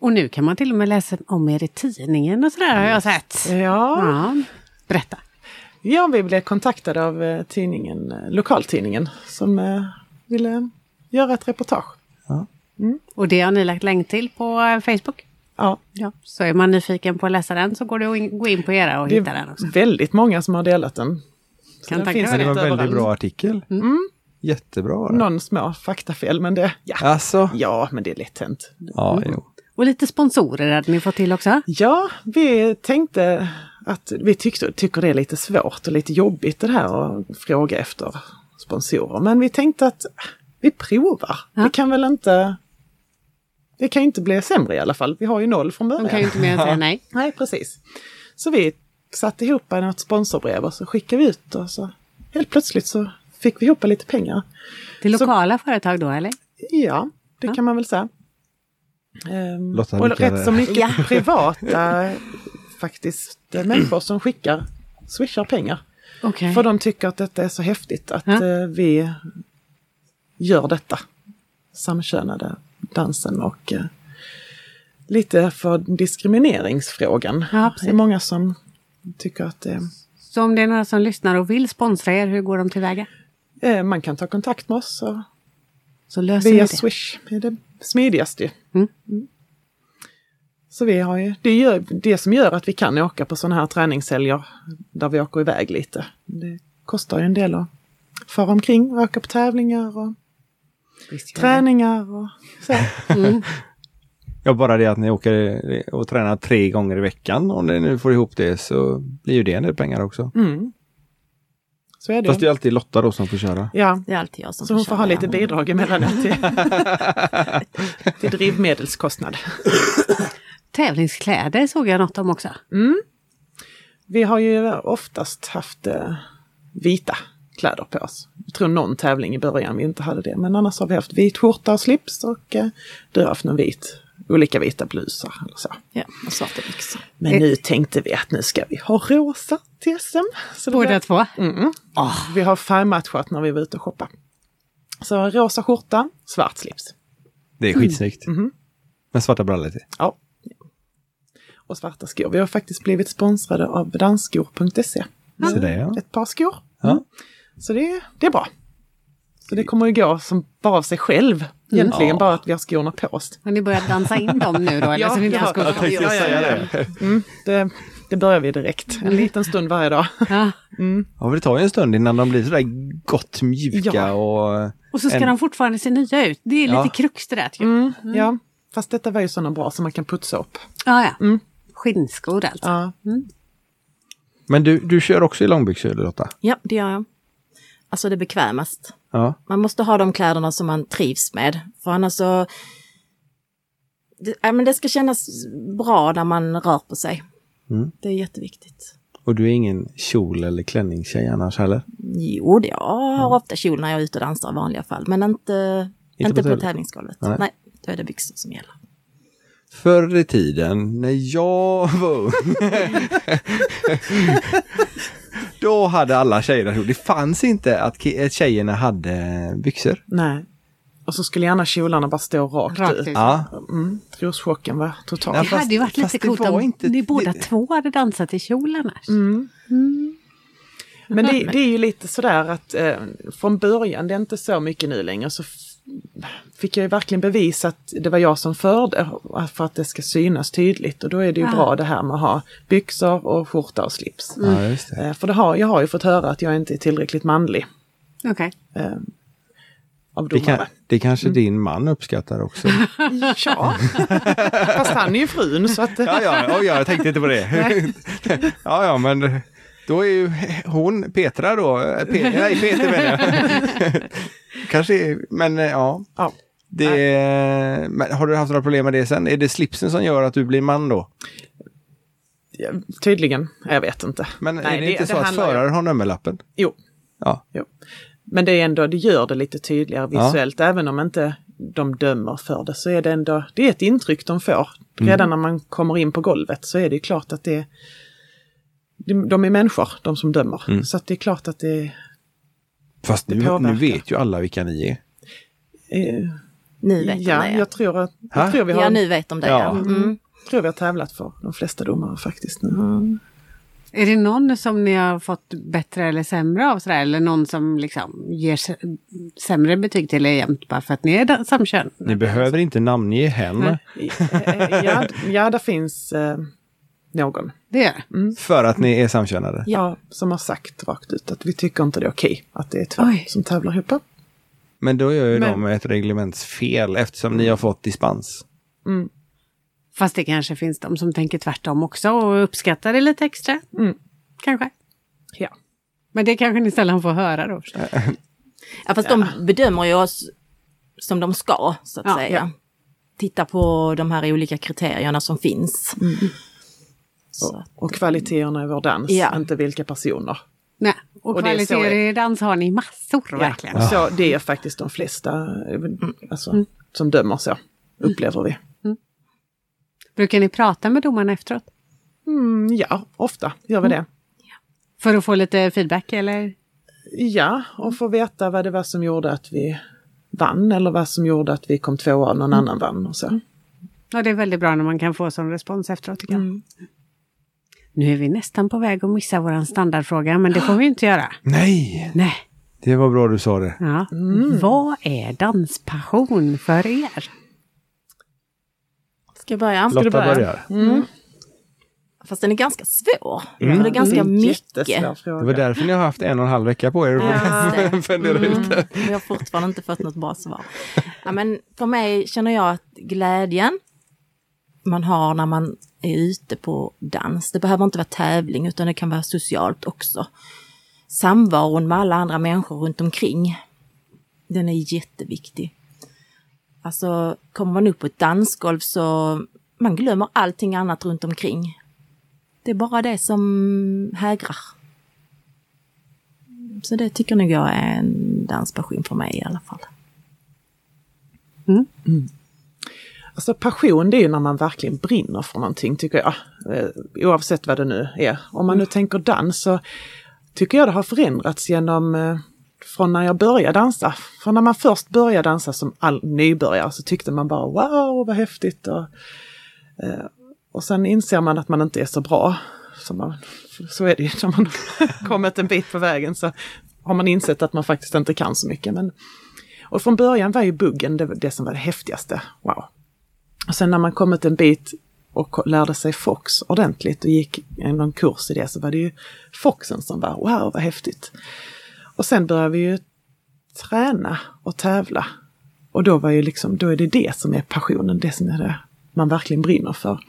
A: Och nu kan man till och med läsa om er i tidningen och sådär har jag sett.
C: ja.
A: Ja. Berätta.
C: Ja, vi blev kontaktade av eh, tidningen, eh, lokaltidningen som eh, ville göra ett reportage.
A: Och det har ni lagt länk till på eh, Facebook.
C: Ja,
A: Ja. Så är man nyfiken på att läsa den så går det att in- gå in på era och
C: det
A: hitta den också.
C: är väldigt många som har delat den. Så
A: Kan
C: den
A: tacka
C: finns
A: för
B: Det
A: det.
B: var en
C: lite
B: väldigt
C: överallt.
B: bra artikel.
D: Mm.
C: Mm.
B: Jättebra. var det.
C: Någon små faktafel, men det, ja.
B: Alltså?
C: Ja, men det är lätt hänt.
B: Ja,
C: Mm.
B: jo.
A: Och lite sponsorer hade ni fått till också.
C: Ja, vi tänkte att vi tyckte, tycker det är lite svårt och lite jobbigt det här att fråga efter sponsorer. Men vi tänkte att vi provar. Det kan väl inte... Det kan ju inte bli sämre i alla fall. Vi har ju noll från början.
A: De kan ju inte mer än säga nej.
C: Nej, precis. Så vi satte ihop något sponsorbrev och så skickade vi ut och så helt plötsligt så fick vi ihop lite pengar.
A: Till lokala företag då eller?
C: Ja, det kan man väl säga. Ehm,
B: Lotta
C: och
B: nickade.
C: rätt så mycket
D: Ja.
C: privata faktiskt eh, människor som skickar, swishar pengar.
A: Okej.
C: För de tycker att detta är så häftigt att
A: Ja.
C: eh, vi gör detta. Samkönade dansen och eh, lite för diskrimineringsfrågan.
A: Ja,
C: det är
A: precis.
C: många som tycker att eh, det
A: Så om det är några som lyssnar och vill sponsra er, hur går de tillväga?
C: eh, man kan ta kontakt med oss och
A: Så löser vi
C: via
A: det.
C: Swish är det smidigaste.
A: Mm.
C: Så vi har ju, det, gör, det som gör att vi kan åka på sådana här träningshelger där vi åker iväg lite. Det kostar ju en del att fara omkring och åka på tävlingar och
A: Visst gör det.
C: träningar och så.
B: Ja, bara det att ni åker och tränar tre gånger i veckan, om ni nu får ihop det, så blir ju det en del pengar också.
C: Mm. Så är det.
B: Fast det
C: ju.
B: är alltid Lotta då som får köra.
C: Ja,
D: Det är alltid jag som
C: så hon får ha
D: köra.
C: lite bidrag emellanåt till, till drivmedelskostnad.
A: Tävlingskläder såg jag något om också.
C: Mm. Vi har ju oftast haft eh, vita kläder på oss. Jag tror någon tävling i början vi inte hade det, men annars har vi haft vit skjorta och slips och eh, du har haft någon vit, olika vita blusar eller så.
D: Ja, och svarta byxor.
C: Men nu tänkte vi att nu ska vi ha rosa till SM. Så det
A: Båda
C: blev-
A: två.
C: Vi har färgmatchat när vi var ute och shoppade. Så rosa skjorta, svart slips.
B: Det
C: Mm.
B: är skitsnyggt.
C: Mm-hmm.
B: Men svarta brallor till.
C: Ja. Och svarta skor. Vi har faktiskt blivit sponsrade av dansskor.se.
B: Så det, ja.
C: Ett par skor. Mm.
B: Ja.
C: Så det, det är bra. Så det kommer ju gå som bara av sig själv. Egentligen bara att vi har skorna på oss.
A: Har ni börjat dansa in dem nu då? Eller så vi inte
C: det
A: får skoja?
C: har-
B: tänkte
C: ja, ja,
B: säga
C: ja. Mm, det, det börjar vi direkt. En liten stund varje dag.
A: Ja.
B: Ja, för det tar ju en stund innan de blir sådär gott mjuka
C: Ja.
B: och...
A: Och så ska
B: En-
A: de fortfarande se nya ut. Det är lite
B: Ja.
A: krux det där. tycker jag.
C: Ja, fast detta var ju sådana bra som man kan putsa upp.
A: Ja, ja. Skinnskor alltså.
C: Ja.
B: Men du, du kör också i långbyxor Lotta?
D: Ja, det gör jag. Alltså det är bekvämast.
B: Ja.
D: Man måste ha de kläderna som man trivs med. För annars så... Det, ja, men det ska kännas bra när man rör på sig.
C: Mm.
D: Det är jätteviktigt.
B: Och du är ingen kjol eller klänningstjej annars heller?
D: Jo, det- jag
C: Mm.
D: har ofta kjol när jag är ute och dansar i vanliga fall. Men inte, inte,
B: på
D: på,
B: tävling.
D: tävlingsgolvet.
B: Nej.
D: Nej. då är det byxor som gäller.
B: Förr i tiden, när jag var ung. då hade alla tjejer kjol. Det fanns inte att ki- att tjejerna hade byxor.
C: Nej. Och så skulle gärna kjolarna bara stå rakt,
A: Rakt
C: ut.
A: ut.
B: Ja,
C: Mm, troschocken var total.
B: Ja,
A: Det hade ju varit
B: fast-
A: lite
B: fast det
A: coolt
B: var
A: om
B: inte-
A: ni båda
B: det-
A: två hade dansat i kjol annars.
C: Men det, det är ju lite sådär att eh, från början, det är inte så mycket nu längre, så f- fick jag ju verkligen bevis att det var jag som förde och- för att det ska synas tydligt. Och då är det ju bra det här med att ha byxor och skjorta och slips.
B: ja just det.
C: Eh, för det har, jag har ju fått höra att jag inte är tillräckligt manlig eh,
A: Okej.
C: av
B: Det, kan,
C: domarna.
B: det kanske din man uppskattar också.
C: Ja, fast han är ju frun så att... eh,
B: Ja, ja, ja, ja jag tänkte inte på det. ja, ja, men då är ju hon, Petra då, eh, Pe- nej Peter menar jag. Kanske, är- men eh, ja.
C: Ja.
B: Det, men har du haft några problem med det sen? Är det slipsen som gör att du blir man då?
C: Ja, Tydligen, jag vet inte.
B: Men
C: Nej,
B: är det,
C: det-
B: inte
C: det
B: så att
C: handlar ju-
B: föraren har nummerlappen?
C: Jo,
B: Ja.
C: Jo. Men det är ändå, det gör det lite tydligare
B: Ja.
C: visuellt, även om inte de dömer för det, så är det ändå, det är ett intryck de får.
B: Mm.
C: Redan när man kommer in på golvet så är det ju klart att det de, de är människor, de som dömer.
B: Mm.
C: Så att det är klart att det
B: Fast
C: Det
B: nu, nu
C: påverkar.
B: vet ju alla vilka ni är.
C: är...
D: Nu vet
C: ja,
D: de det.
C: jag tror att...
B: Ha?
C: Jag tror vi, har,
D: Ja, nu vet de det. Ja.
B: Ja.
D: Mm.
C: tror vi har tävlat för de flesta domare faktiskt nu.
A: Är det någon som ni har fått bättre eller sämre av sådär? Eller någon som liksom ger s- sämre betyg till er jämt bara för att ni är da- samkön?
B: Ni behöver inte namnge henne
C: I- eh, eh, ja, ja, där finns eh, någon.
A: Det gör det.
C: Mm.
B: för att ni är samkönade.
C: Ja, som har sagt rakt ut att vi tycker inte det är okej att det är två
A: Oj.
C: som tävlar ihop.
B: Men då gör ju
C: Men-
B: de ett reglementsfel eftersom ni har fått dispens.
A: Fast det kanske finns de som tänker tvärtom också och uppskattar det lite extra. Kanske.
C: Ja.
A: Men det kanske ni sällan får höra då. förstås.
D: Ja, fast de bedömer ju oss som de ska, så att
A: Ja,
D: säga. Titta på de här olika kriterierna som finns. Så att- eh,
C: Och kvaliteterna i vår dans,
D: Ja.
C: inte vilka personer.
A: Nej. Och,
C: Och det är så-
A: kvaliteter i dans har ni massor verkligen.
C: Och Så det är faktiskt de flesta eh, alltså,
D: Mm.
C: som dömer så, upplever vi.
A: Brukar ni prata med domarna efteråt?
C: Mm, ja, ofta gör vi det.
A: För att få lite feedback eller?
C: Ja, och få veta vad det var som gjorde att vi vann eller vad som gjorde att vi kom tvåa och
D: Mm.
C: någon annan vann och så.
A: Ja, det är väldigt bra när man kan få sån respons efteråt tycker jag. Nu är vi nästan på väg att missa vår standardfråga, men det får vi ju inte göra.
B: Nej!
A: Nej.
B: Det var bra du sa det.
C: Mm.
A: Ja. Vad är danspassion för er?
D: Ska jag börja?
B: Lotta
C: börja?
B: börjar.
D: Fast den är ganska svår. För det är ganska mycket.
C: Mm. Jättesvår fråga.
B: Det var därför ni har haft en och en halv vecka på er att fundera
C: Mm.
B: ut det.
D: Mm, Men jag har fortfarande inte fått något bra svar. Ja, men för mig känner jag att glädjen man har när man är ute på dans, det behöver inte vara tävling utan det kan vara socialt också. Samvaron med alla andra människor runt omkring, den är jätteviktig. Alltså, kommer man upp på ett dansgolv så man glömmer allting annat runt omkring. Det är bara det som hägrar. Så det tycker nog jag är en danspassion för mig i alla fall.
C: Alltså passion det är ju när man verkligen brinner för någonting tycker jag. Eh, Oavsett vad det nu är. Om man nu tänker dans så tycker jag det har förändrats genom eh, från när jag började dansa. För när man först började dansa som all nybörjare så tyckte man bara wow vad häftigt. Och, eh, och sen inser man att man inte är så bra. Så, man, så är det ju när man har kommit en bit på vägen så har man insett att man faktiskt inte kan så mycket. Men, och från början var ju buggen det, det som var det häftigaste. Wow, och sen när man kommit en bit och ko- lärde sig Fox ordentligt och gick en- någon kurs i det så var det ju Foxen som var wow vad häftigt. Och sen började vi ju träna och tävla. Och då var ju liksom, då är det det som är passionen, det som är det man verkligen brinner för.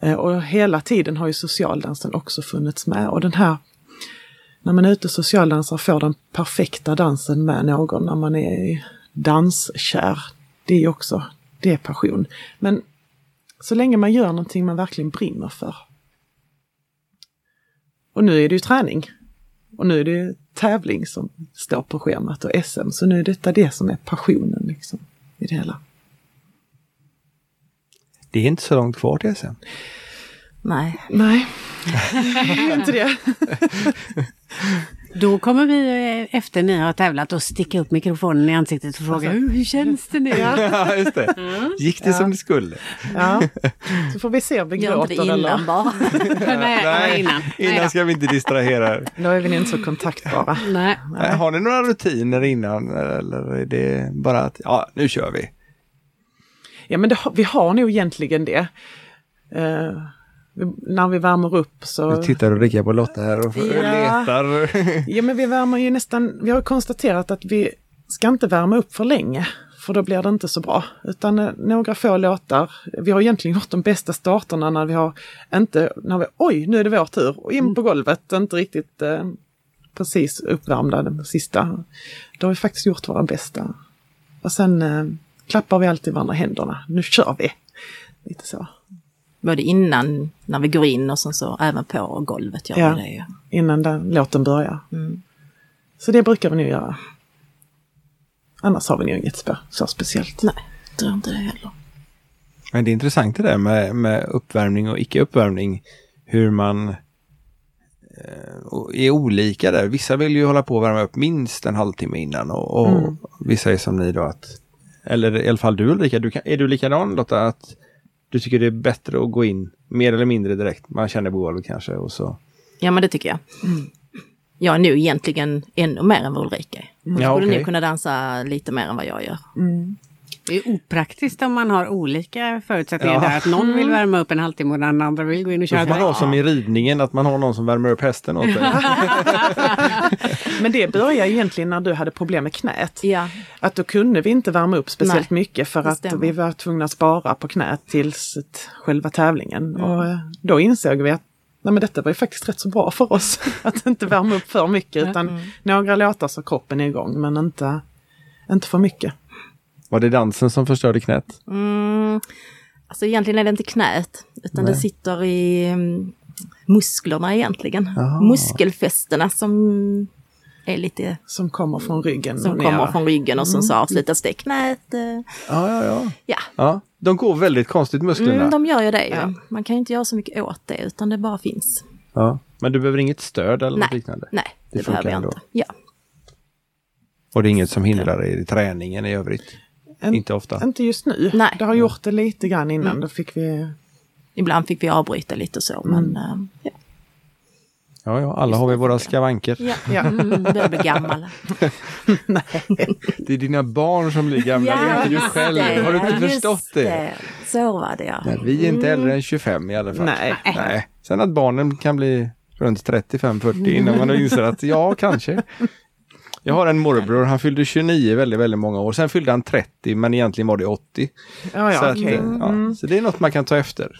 C: Eh, Och hela tiden har ju socialdansen också funnits med och den här när man är ute och socialdansar får den perfekta dansen med någon när man är danskär. Det är ju också, det är passion. Men så länge man gör någonting man verkligen brinner för. Och nu är det ju träning. Och nu är det ju tävling som står på schemat och SM. Så nu är detta det som är passionen liksom i det hela.
B: Det är inte så långt kvar till SM.
D: Nej,
C: Nej, det är inte det.
A: Då kommer vi eh, efter ni har tävlat och sticka upp mikrofonen i ansiktet och fråga hur, hur känns det nu?
B: Ja, just det.
C: Mm.
B: Gick det som det skulle?
C: Ja. Så får vi se om vi
D: gör inte det
C: gråter
D: innan
C: eller...
D: bara.
A: nej, nej, innan.
B: innan ska vi inte distrahera er.
C: Då är vi inte så kontaktbara.
A: då. nej.
B: Nej, Har ni några rutiner innan eller är det bara att ja, nu kör vi?
C: Ja men det, har- vi har nog egentligen det. Eh, vi- när vi värmer upp
B: Nu
C: så...
B: tittar Ulrika på Lotta här och
C: Ja.
B: letar.
C: Ja men vi värmer ju nästan... Vi har ju konstaterat att vi ska inte värma upp för länge. För då blir det inte så bra. Utan eh, några få låtar. Vi har egentligen gjort de bästa starterna när vi har inte... När vi, oj, nu är det vår tur! Och in på golvet, inte riktigt eh, precis uppvärmda den sista. Då har vi faktiskt gjort våra bästa. Och sen eh, klappar vi alltid varandra i händerna. Nu kör vi! Lite så.
D: Både innan, när vi går in och sen så även på golvet gör
C: Ja.
D: vi det ju.
C: innan den låten börjar.
D: Mm.
C: Så det brukar vi nog göra. Annars har vi nog inget spö, så speciellt.
D: Nej, jag tror inte det heller.
B: Men det är intressant det där med, med uppvärmning och icke uppvärmning. Hur man eh, och är olika där. Vissa vill ju hålla på och värma upp minst en halvtimme innan och, och
A: Mm.
B: vissa är som ni då att eller i alla fall du Ulrika, du kan, är du likadan Lotta? Att du tycker det är bättre att gå in mer eller mindre direkt. Man känner på golvet kanske och så.
D: Ja, men det tycker jag. Jag är nog egentligen ännu mer än vad Ulrika är. Hon
B: Ja,
D: skulle
B: okej.
D: nog kunna dansa lite mer än vad jag gör.
A: Det är opraktiskt om man har olika förutsättningar
B: Ja.
A: där. Att någon vill värma upp en halvtimme och den andra vill gå in och
B: Då
A: köra
B: får man ha
A: direkt.
B: som i ridningen, att man har någon som värmer upp hästen åt dig.
C: Men det börjar egentligen när du hade problem med knät.
D: Ja,
C: Att då kunde vi inte värma upp speciellt
D: Nej,
C: mycket för
D: det
C: att
D: stämmer.
C: vi var tvungna att spara på knät tills ett- själva tävlingen.
D: Mm.
C: Och eh, då insåg vi att Nej men detta var ju faktiskt rätt så bra för oss. Att inte värma upp för mycket utan
D: Mm.
C: några låtar så kroppen är igång men inte, inte för mycket.
B: Var det dansen som förstörde knät?
D: Mm, alltså egentligen är det inte knät, utan det sitter i mm, musklerna egentligen. Muskelfästena som är lite
C: Som kommer från ryggen.
D: som
C: och ner.
D: kommer från ryggen och sen så avslutas det i knät. eh,
B: Ja, ja, ja.
D: Ja,
B: ja de går väldigt konstigt musklerna.
D: mm, de gör ju det ju. Man kan ju inte göra så mycket åt det utan det bara finns.
B: Ja. Men du behöver inget stöd eller
D: Nej.
B: något liknande?
D: Nej,
B: Det
D: det,
B: funkar
D: behöver jag
B: ändå.
D: inte. Ja.
B: Och det är inget som hindrar dig i träningen i övrigt?
C: En-
B: Inte ofta?
C: Inte just nu.
D: Nej.
C: Det har gjort det lite grann innan. Då fick vi...
D: Ibland fick vi avbryta lite och så,
B: Mm.
D: men eh, ja.
B: Ja, ja, alla har vi våra skavanker.
D: Ja.
C: Ja.
D: Mm, börjar bli gammal.
B: Det är dina barn som blir gamla, det är inte du
D: just
B: själv.
D: det,
B: Har du inte
D: just Mm.
B: förstått det?
D: Så var det ja.
B: Nej, vi är inte äldre än 25 i alla fall.
C: Nej.
B: Nej. Sen att barnen kan bli runt 35-40 innan man inser att ja, kanske. Jag har en morbror, han fyllde 29 väldigt, väldigt många år. Sen fyllde han 30, men egentligen var det 80.
C: Ja,
B: så,
C: ja,
B: att,
C: okej. Mm.
B: eh, ja, så det är något man kan ta efter.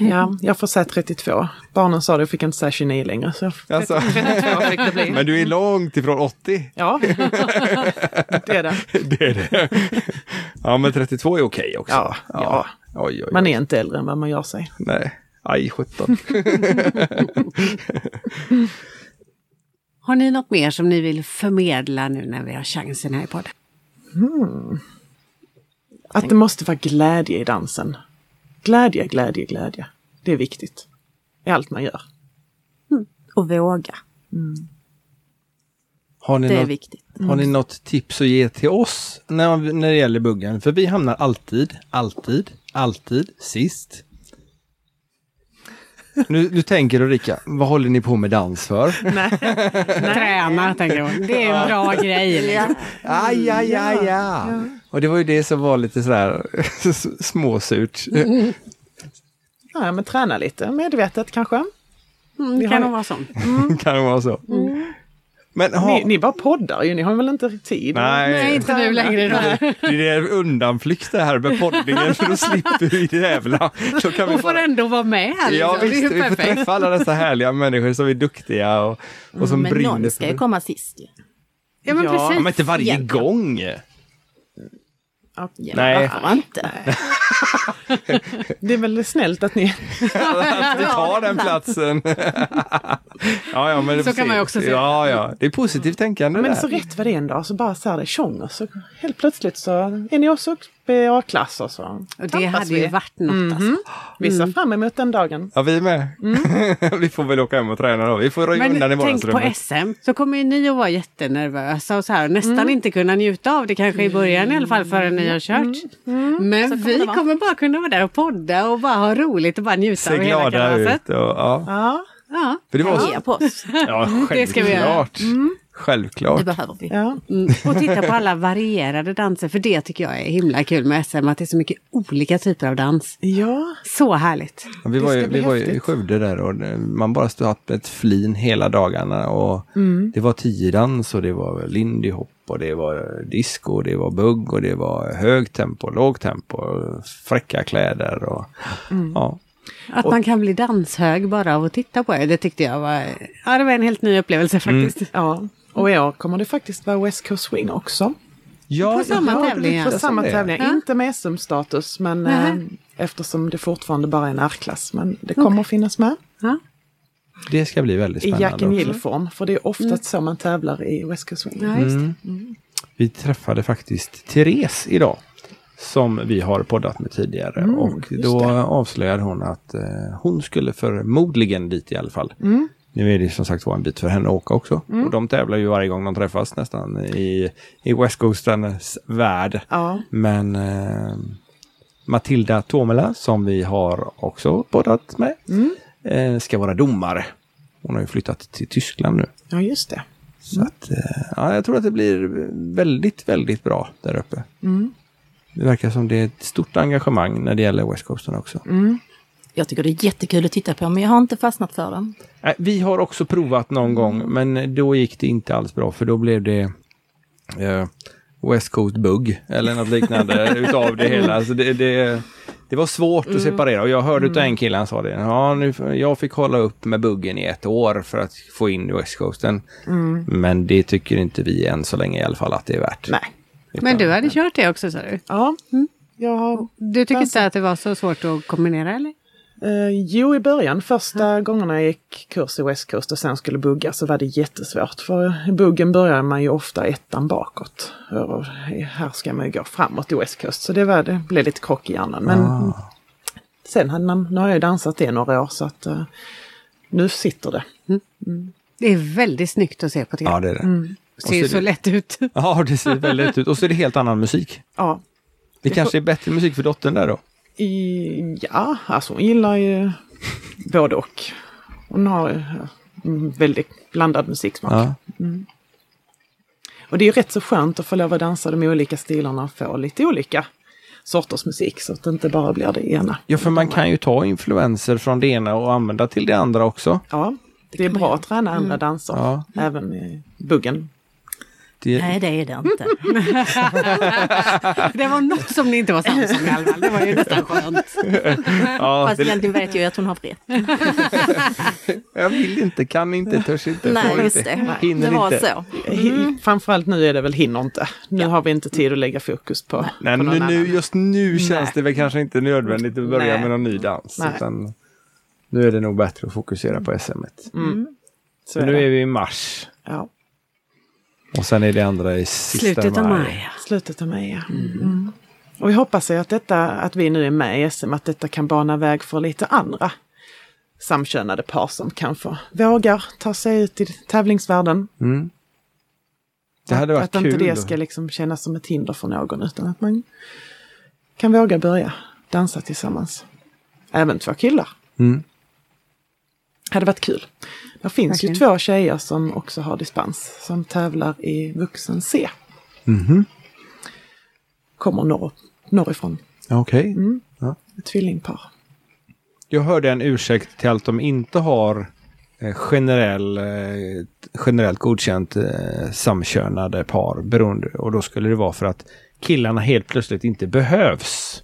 C: ja, jag får säga 32. Barnen sa det, jag fick inte säga 29 längre. Så
B: Alltså,
C: 32 fick det bli.
B: men du är långt ifrån 80.
C: Ja, det är det.
B: Det är det. Ja, men 32 är okej också.
C: Ja, ja.
B: Oj, oj, oj.
C: Man är inte äldre än vad man gör sig.
B: Nej. Aj, 17.
A: Har ni något mer som ni vill förmedla nu när vi har chansen här i podden?
C: Att det måste vara glädje i dansen. Glädje, glädje, glädje. Det är viktigt. I allt man gör.
D: Och våga.
B: Har ni
D: Det är
B: något
D: viktigt.
B: Har ni något tips att ge till oss när, när det gäller buggen? För vi hamnar alltid, alltid, alltid sist. Nu, nu tänker Ulrika, vad håller ni på med dans för?
A: Träna, tänker jag. Det är en bra grej. Liksom.
B: Aj, aj, aj, ja. Och det var ju det som var lite sådär småsurt.
C: Ja, men träna lite medvetet kanske.
A: Mm, det
C: har-
A: kan nog vara sånt.
B: kan det vara så? Men ha,
C: Ni, ni bara poddar ju, ni har väl inte tid?
A: Nej,
B: nej,
A: inte nu längre. Då.
B: det är en undanflykt det här med poddningen för då slipper vi jävla... Då kan vi
A: Hon får
B: bara-
A: ändå vara med. Liksom.
B: Ja
A: det är
B: visst,
A: ju
B: vi får
A: perfekt.
B: träffa alla dessa härliga människor som är duktiga och, och
A: Mm,
B: som
D: Men
B: brinner
D: någon ska ju
B: för
D: komma sist ju.
A: Ja, men
C: Ja,
B: Ja,
A: precis.
B: men inte varje
D: Egentligen.
B: gång!
D: Ja,
B: Nej.
D: Varför inte?
C: Det är väl snällt att ni...
B: Du tar den platsen! ja, ja, men
A: Så kan man ju också se.
B: Ja, ja. Det är positivt tänkande
C: Men
B: där.
C: så rätt vad det är en dag så bara så här det tjonger så helt plötsligt så är ni också BA-klass och så.
A: Och det
C: tampas
A: hade ju
C: vi.
A: varit
B: Mm.
A: något. Alltså.
C: Vi ser fram emot den dagen.
B: Ja, vi med. vi får väl åka hem och träna då. Vi får röja undan i
A: Mm. Men tänk på
B: vardagsrummet.
A: SM, så kommer ju ni att vara jättenervösa och så här, och nästan inte kunna njuta av det kanske i början i alla fall förrän ni har kört. Men
D: kommer
A: vi
D: det vara.
A: Mm. kommer bara kunna vara där och podda och bara ha roligt och bara njuta
B: Se
A: av hela
B: glada ut.
A: kalaset.
B: Och, ja.
C: Ja,
A: Ja.
B: För det var
D: Ge på oss.
B: ja,
A: Det ska vi göra.
B: självklart. Självklart.
D: Det behöver vi.
C: ja.
A: Mm. Och titta på alla varierade danser, för det tycker jag är himla kul med SM, att det är så mycket olika typer av dans.
C: ja.
A: Så härligt!
B: Ja, Vi
C: Det
B: var, ju,
C: ska bli
B: vi var ju i
C: häftigt.
B: Skövde där och eh, man bara stod upp ett flin hela dagarna. Och
C: Mm.
B: Det var tiodans och det var lindy hop och det var eh, disco och det var bugg och det var hög tempo, låg tempo, och fräcka kläder och
C: Mm.
B: ja.
A: Att man kan bli danshög bara av att titta på det, det tyckte jag var, ja, det var en helt ny upplevelse
B: Mm,
A: faktiskt.
C: ja. Och i år kommer det faktiskt vara West Coast Swing också.
B: Ja,
A: På samma
C: Ja,
A: tävling,
C: På
A: ja.
C: samma
B: det.
C: tävling.
A: Ja.
C: Inte med SM-status men eh,
A: Nej.
C: eftersom det fortfarande bara är en R-klass. Men det kommer att finnas med
A: Ja.
B: det ska bli väldigt
C: i Jack and
B: spännande. också.
C: Jill-form. För det är oftast så man tävlar i West Coast Swing.
A: Mm.
C: Mm.
A: Ja, just det.
B: Vi träffade faktiskt Therese idag som vi har poddat med tidigare och då avslöjade hon att eh, hon skulle förmodligen dit i alla fall. Nu är det som sagt var en bit för henne att åka också. Och de tävlar ju varje gång de träffas nästan i, i West Coastens värld.
C: Ja.
B: Men eh, Matilda Tomela som vi har också poddat med eh, ska vara domare. Hon har ju flyttat till Tyskland nu.
C: ja, just det.
B: Så att, eh, ja, jag tror att det blir väldigt, väldigt bra där uppe. Det verkar som det är ett stort engagemang när det gäller West Coasten också.
D: Jag tycker det är jättekul att titta på, men jag har inte fastnat för den.
B: Nej, vi har också provat någon gång, men då gick det inte alls bra för då blev det eh, West Coast Bug eller något liknande utav det hela. Så det, det, det var svårt att separera och jag hörde utav en kille, han sa det. Ja, nu, jag fick hålla upp med buggen i ett år för att få in West Coasten. Men det tycker inte vi än så länge i alla fall att det är värt.
C: Nej.
A: Men du hade kört det också sa du?
C: Ja.
A: Mm.
C: Jag har
A: Du tycker
C: Alltså-
A: inte att det var så svårt att kombinera eller?
C: Eh, jo, i början, första gångerna jag gick kurs i West Coast och sen skulle bugga så var det jättesvårt. För i buggen börjar man ju ofta ettan bakåt. Och här ska man ju gå framåt i West Coast. Så det, var, det blev lite krock i hjärnan. Men sen hade man, nu har jag ju dansat det några år så att eh, Nu sitter det.
A: Det är väldigt snyggt att se på tv.
B: Ja, det är det.
C: Mm.
A: det ser ju
B: Och så
A: så
B: är det-
A: lätt ut.
B: Ja, det ser väldigt ut. Och så är det helt annan musik.
C: Ja.
B: Det kanske är bättre musik för dottern där då.
C: I, ja, alltså hon gillar ju både och. Hon har eh, en väldigt blandad musiksmak.
B: Ja.
C: Och det är ju rätt så skönt att få lov att dansa de olika stilarna och få lite olika sorters musik så att det inte bara blir det ena.
B: ja, för man kan ju ta influenser från det ena och använda till det andra också.
C: Ja, det är bra att träna andra danser,
B: Ja.
C: även i buggen.
B: Det,
D: Nej, det är det inte.
A: Det var något som ni inte var sams om i alla fall. Det var ju nästan skönt.
B: ja,
D: Fast
B: det,
D: egentligen vet jag ju att hon har rätt.
B: jag vill inte, kan inte, törs inte, får
D: Nej, just
B: inte,
D: det.
B: hinner
D: Det var
B: inte.
D: så.
C: Mm. Framförallt nu är det väl hinner inte. Nu har vi inte tid att lägga fokus på,
B: Nej,
C: på någon
B: nu, nu,
C: annan.
B: just nu känns
C: Nej.
B: det väl kanske inte nödvändigt att börja
C: Nej.
B: med någon ny dans.
C: Nej.
B: Utan nu är det nog bättre att fokusera på SM.
C: Så
B: Så
C: är
B: nu
C: Mm. det.
B: är vi i mars
C: Ja,
B: och sen är det andra i sista
A: Slutet av maj.
C: slutet av mig, ja. Mm. Och vi hoppas ju att, detta, att vi nu är med i SM, att detta kan bana väg för lite andra samkönade par som kanske vågar ta sig ut i tävlingsvärlden.
B: Det hade varit
C: att inte
B: kul.
C: det ska liksom kännas som ett hinder för någon utan att man kan våga börja dansa tillsammans. Även två killar.
B: Mm.
C: Hade varit kul. Det finns ju
A: Verkligen.
C: två tjejer som också har dispens som tävlar i vuxen C.
B: Mhm.
C: Kommer norr, norrifrån.
B: Okej.
C: Mm. Ett tvillingpar.
B: Jag hörde en ursäkt till allt de inte har eh, generell, eh, generellt godkänt eh, samkönade par beroende. Och då skulle det vara för att killarna helt plötsligt inte behövs.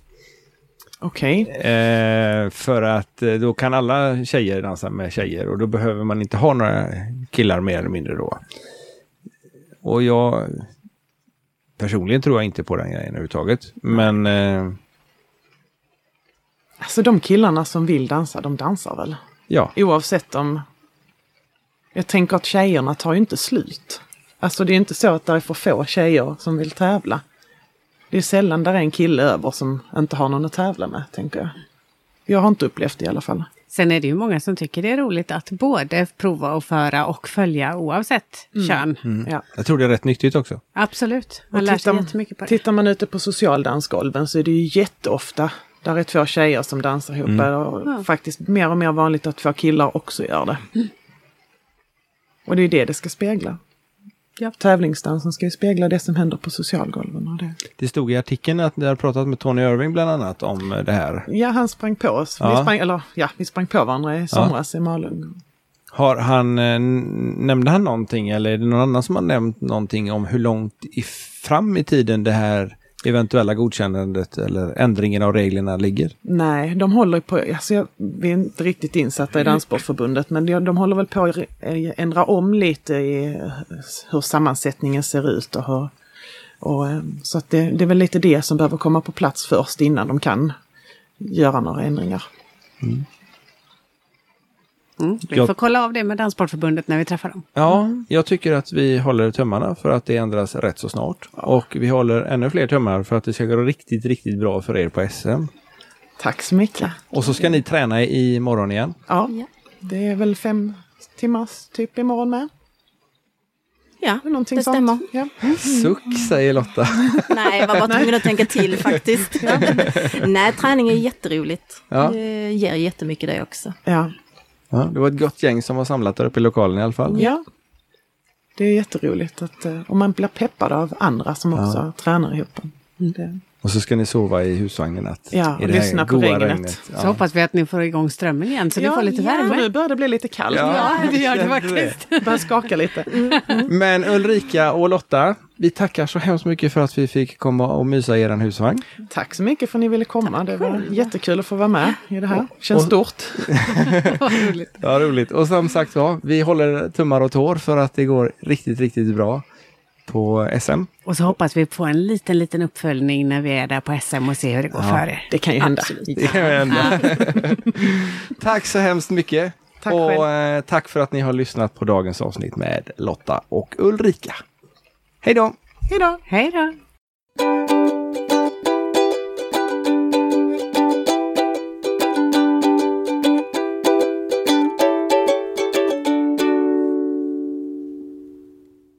C: Okej.
B: Eh, för att eh, då kan alla tjejer dansa med tjejer och då behöver man inte ha några killar mer eller mindre då. Och jag personligen tror jag inte på den grejen överhuvudtaget. Men eh,
C: Alltså de killarna som vill dansa, de dansar väl?
B: ja.
C: Oavsett om... Jag tänker att tjejerna tar ju inte slut. Alltså det är ju inte så att det är för få tjejer som vill tävla. Det är sällan där är en kille över som inte har någon att tävla med, tänker jag. Jag har inte upplevt det i alla fall.
A: Sen är det ju många som tycker det är roligt att både prova och föra och följa oavsett kön.
C: Ja.
B: Jag tror det är rätt nyttigt också.
A: Absolut, man lär sig
C: tittar-
A: jättemycket på det.
C: Tittar man ute på socialdansgolven så är det ju jätteofta där är två tjejer som dansar ihop. Och Faktiskt mer och mer vanligt att två killar också gör det.
A: Mm.
C: Och det är ju det det ska spegla.
A: Ja.
C: Tävlingsdansen ska ju spegla det som händer på socialgolven. Och det.
B: Det stod i artikeln att ni har pratat med Tony Irving bland annat om eh, det här.
C: Ja, han sprang på oss.
B: Ja.
C: Vi, sprang, eller, ja, vi sprang på varandra i somras i Malung.
B: Har han, eh, n- nämnde han någonting eller är det någon annan som har nämnt någonting om hur långt i, fram i tiden det här eventuella godkännandet eller ändringen av reglerna ligger?
C: Nej, de håller på, alltså jag, vi är inte riktigt insatta i Danssportförbundet, men de de håller väl på att re- eh, ändra om lite i eh, hur sammansättningen ser ut och hur, och, eh, så att det, det är väl lite det som behöver komma på plats först innan de kan göra några ändringar.
A: Mm. Vi
B: Jag-
A: får kolla av det med Danssportförbundet när vi träffar dem.
B: Ja, jag tycker att vi håller tummarna för att det ändras rätt så snart. Och vi håller ännu fler tummar för att det ska gå riktigt, riktigt bra för er på SM.
C: Tack så mycket.
B: Och så ska ni träna i morgon igen.
C: Ja,
D: Ja.
C: det är väl fem timmars typ imorgon med.
D: Ja,
C: Någonting
D: det
C: sånt.
D: stämmer.
C: Ja.
B: Suck, säger Lotta.
D: Nej, jag var bara tvungen att tänka till faktiskt. Nej, träning är jätteroligt.
B: Ja.
D: Det ger jättemycket det också.
C: Ja.
B: Ja, det var ett gott gäng som var samlat där uppe i lokalen i alla fall.
C: Ja. Det är jätteroligt att eh, och man blir peppad av andra som också tränar ihop. Det,
B: Och så ska ni sova i husvagnen natt.
C: Ja,
B: i
C: och
B: det här
C: lyssna på
B: goa
C: regnet.
A: Så
B: Ja.
A: hoppas vi att ni får igång strömmen igen så vi får lite
C: för
A: värme.
C: Nu börjar det bli lite kallt.
B: Ja,
A: Ja, det gör det
B: kände
A: faktiskt.
C: Det börjar skaka lite.
A: Mm.
B: Men Ulrika och Lotta, vi tackar så hemskt mycket för att vi fick komma och mysa i er husvagn.
C: Tack så mycket för att ni ville komma. Det var jättekul att få vara med i det här. Känns stort.
A: Vad roligt.
B: Ja, roligt. Och som sagt var, vi håller tummar och tår för att det går riktigt, riktigt bra på SM.
A: Och så hoppas vi på en liten, liten uppföljning när vi är där på SM och ser hur det går för er.
C: Det kan ju hända.
B: Det kan ju hända. tack så hemskt mycket.
C: Tack själv.
B: och eh, tack för att ni har lyssnat på dagens avsnitt med Lotta och Ulrika. Hej då!
C: Hej då!
A: Hej då!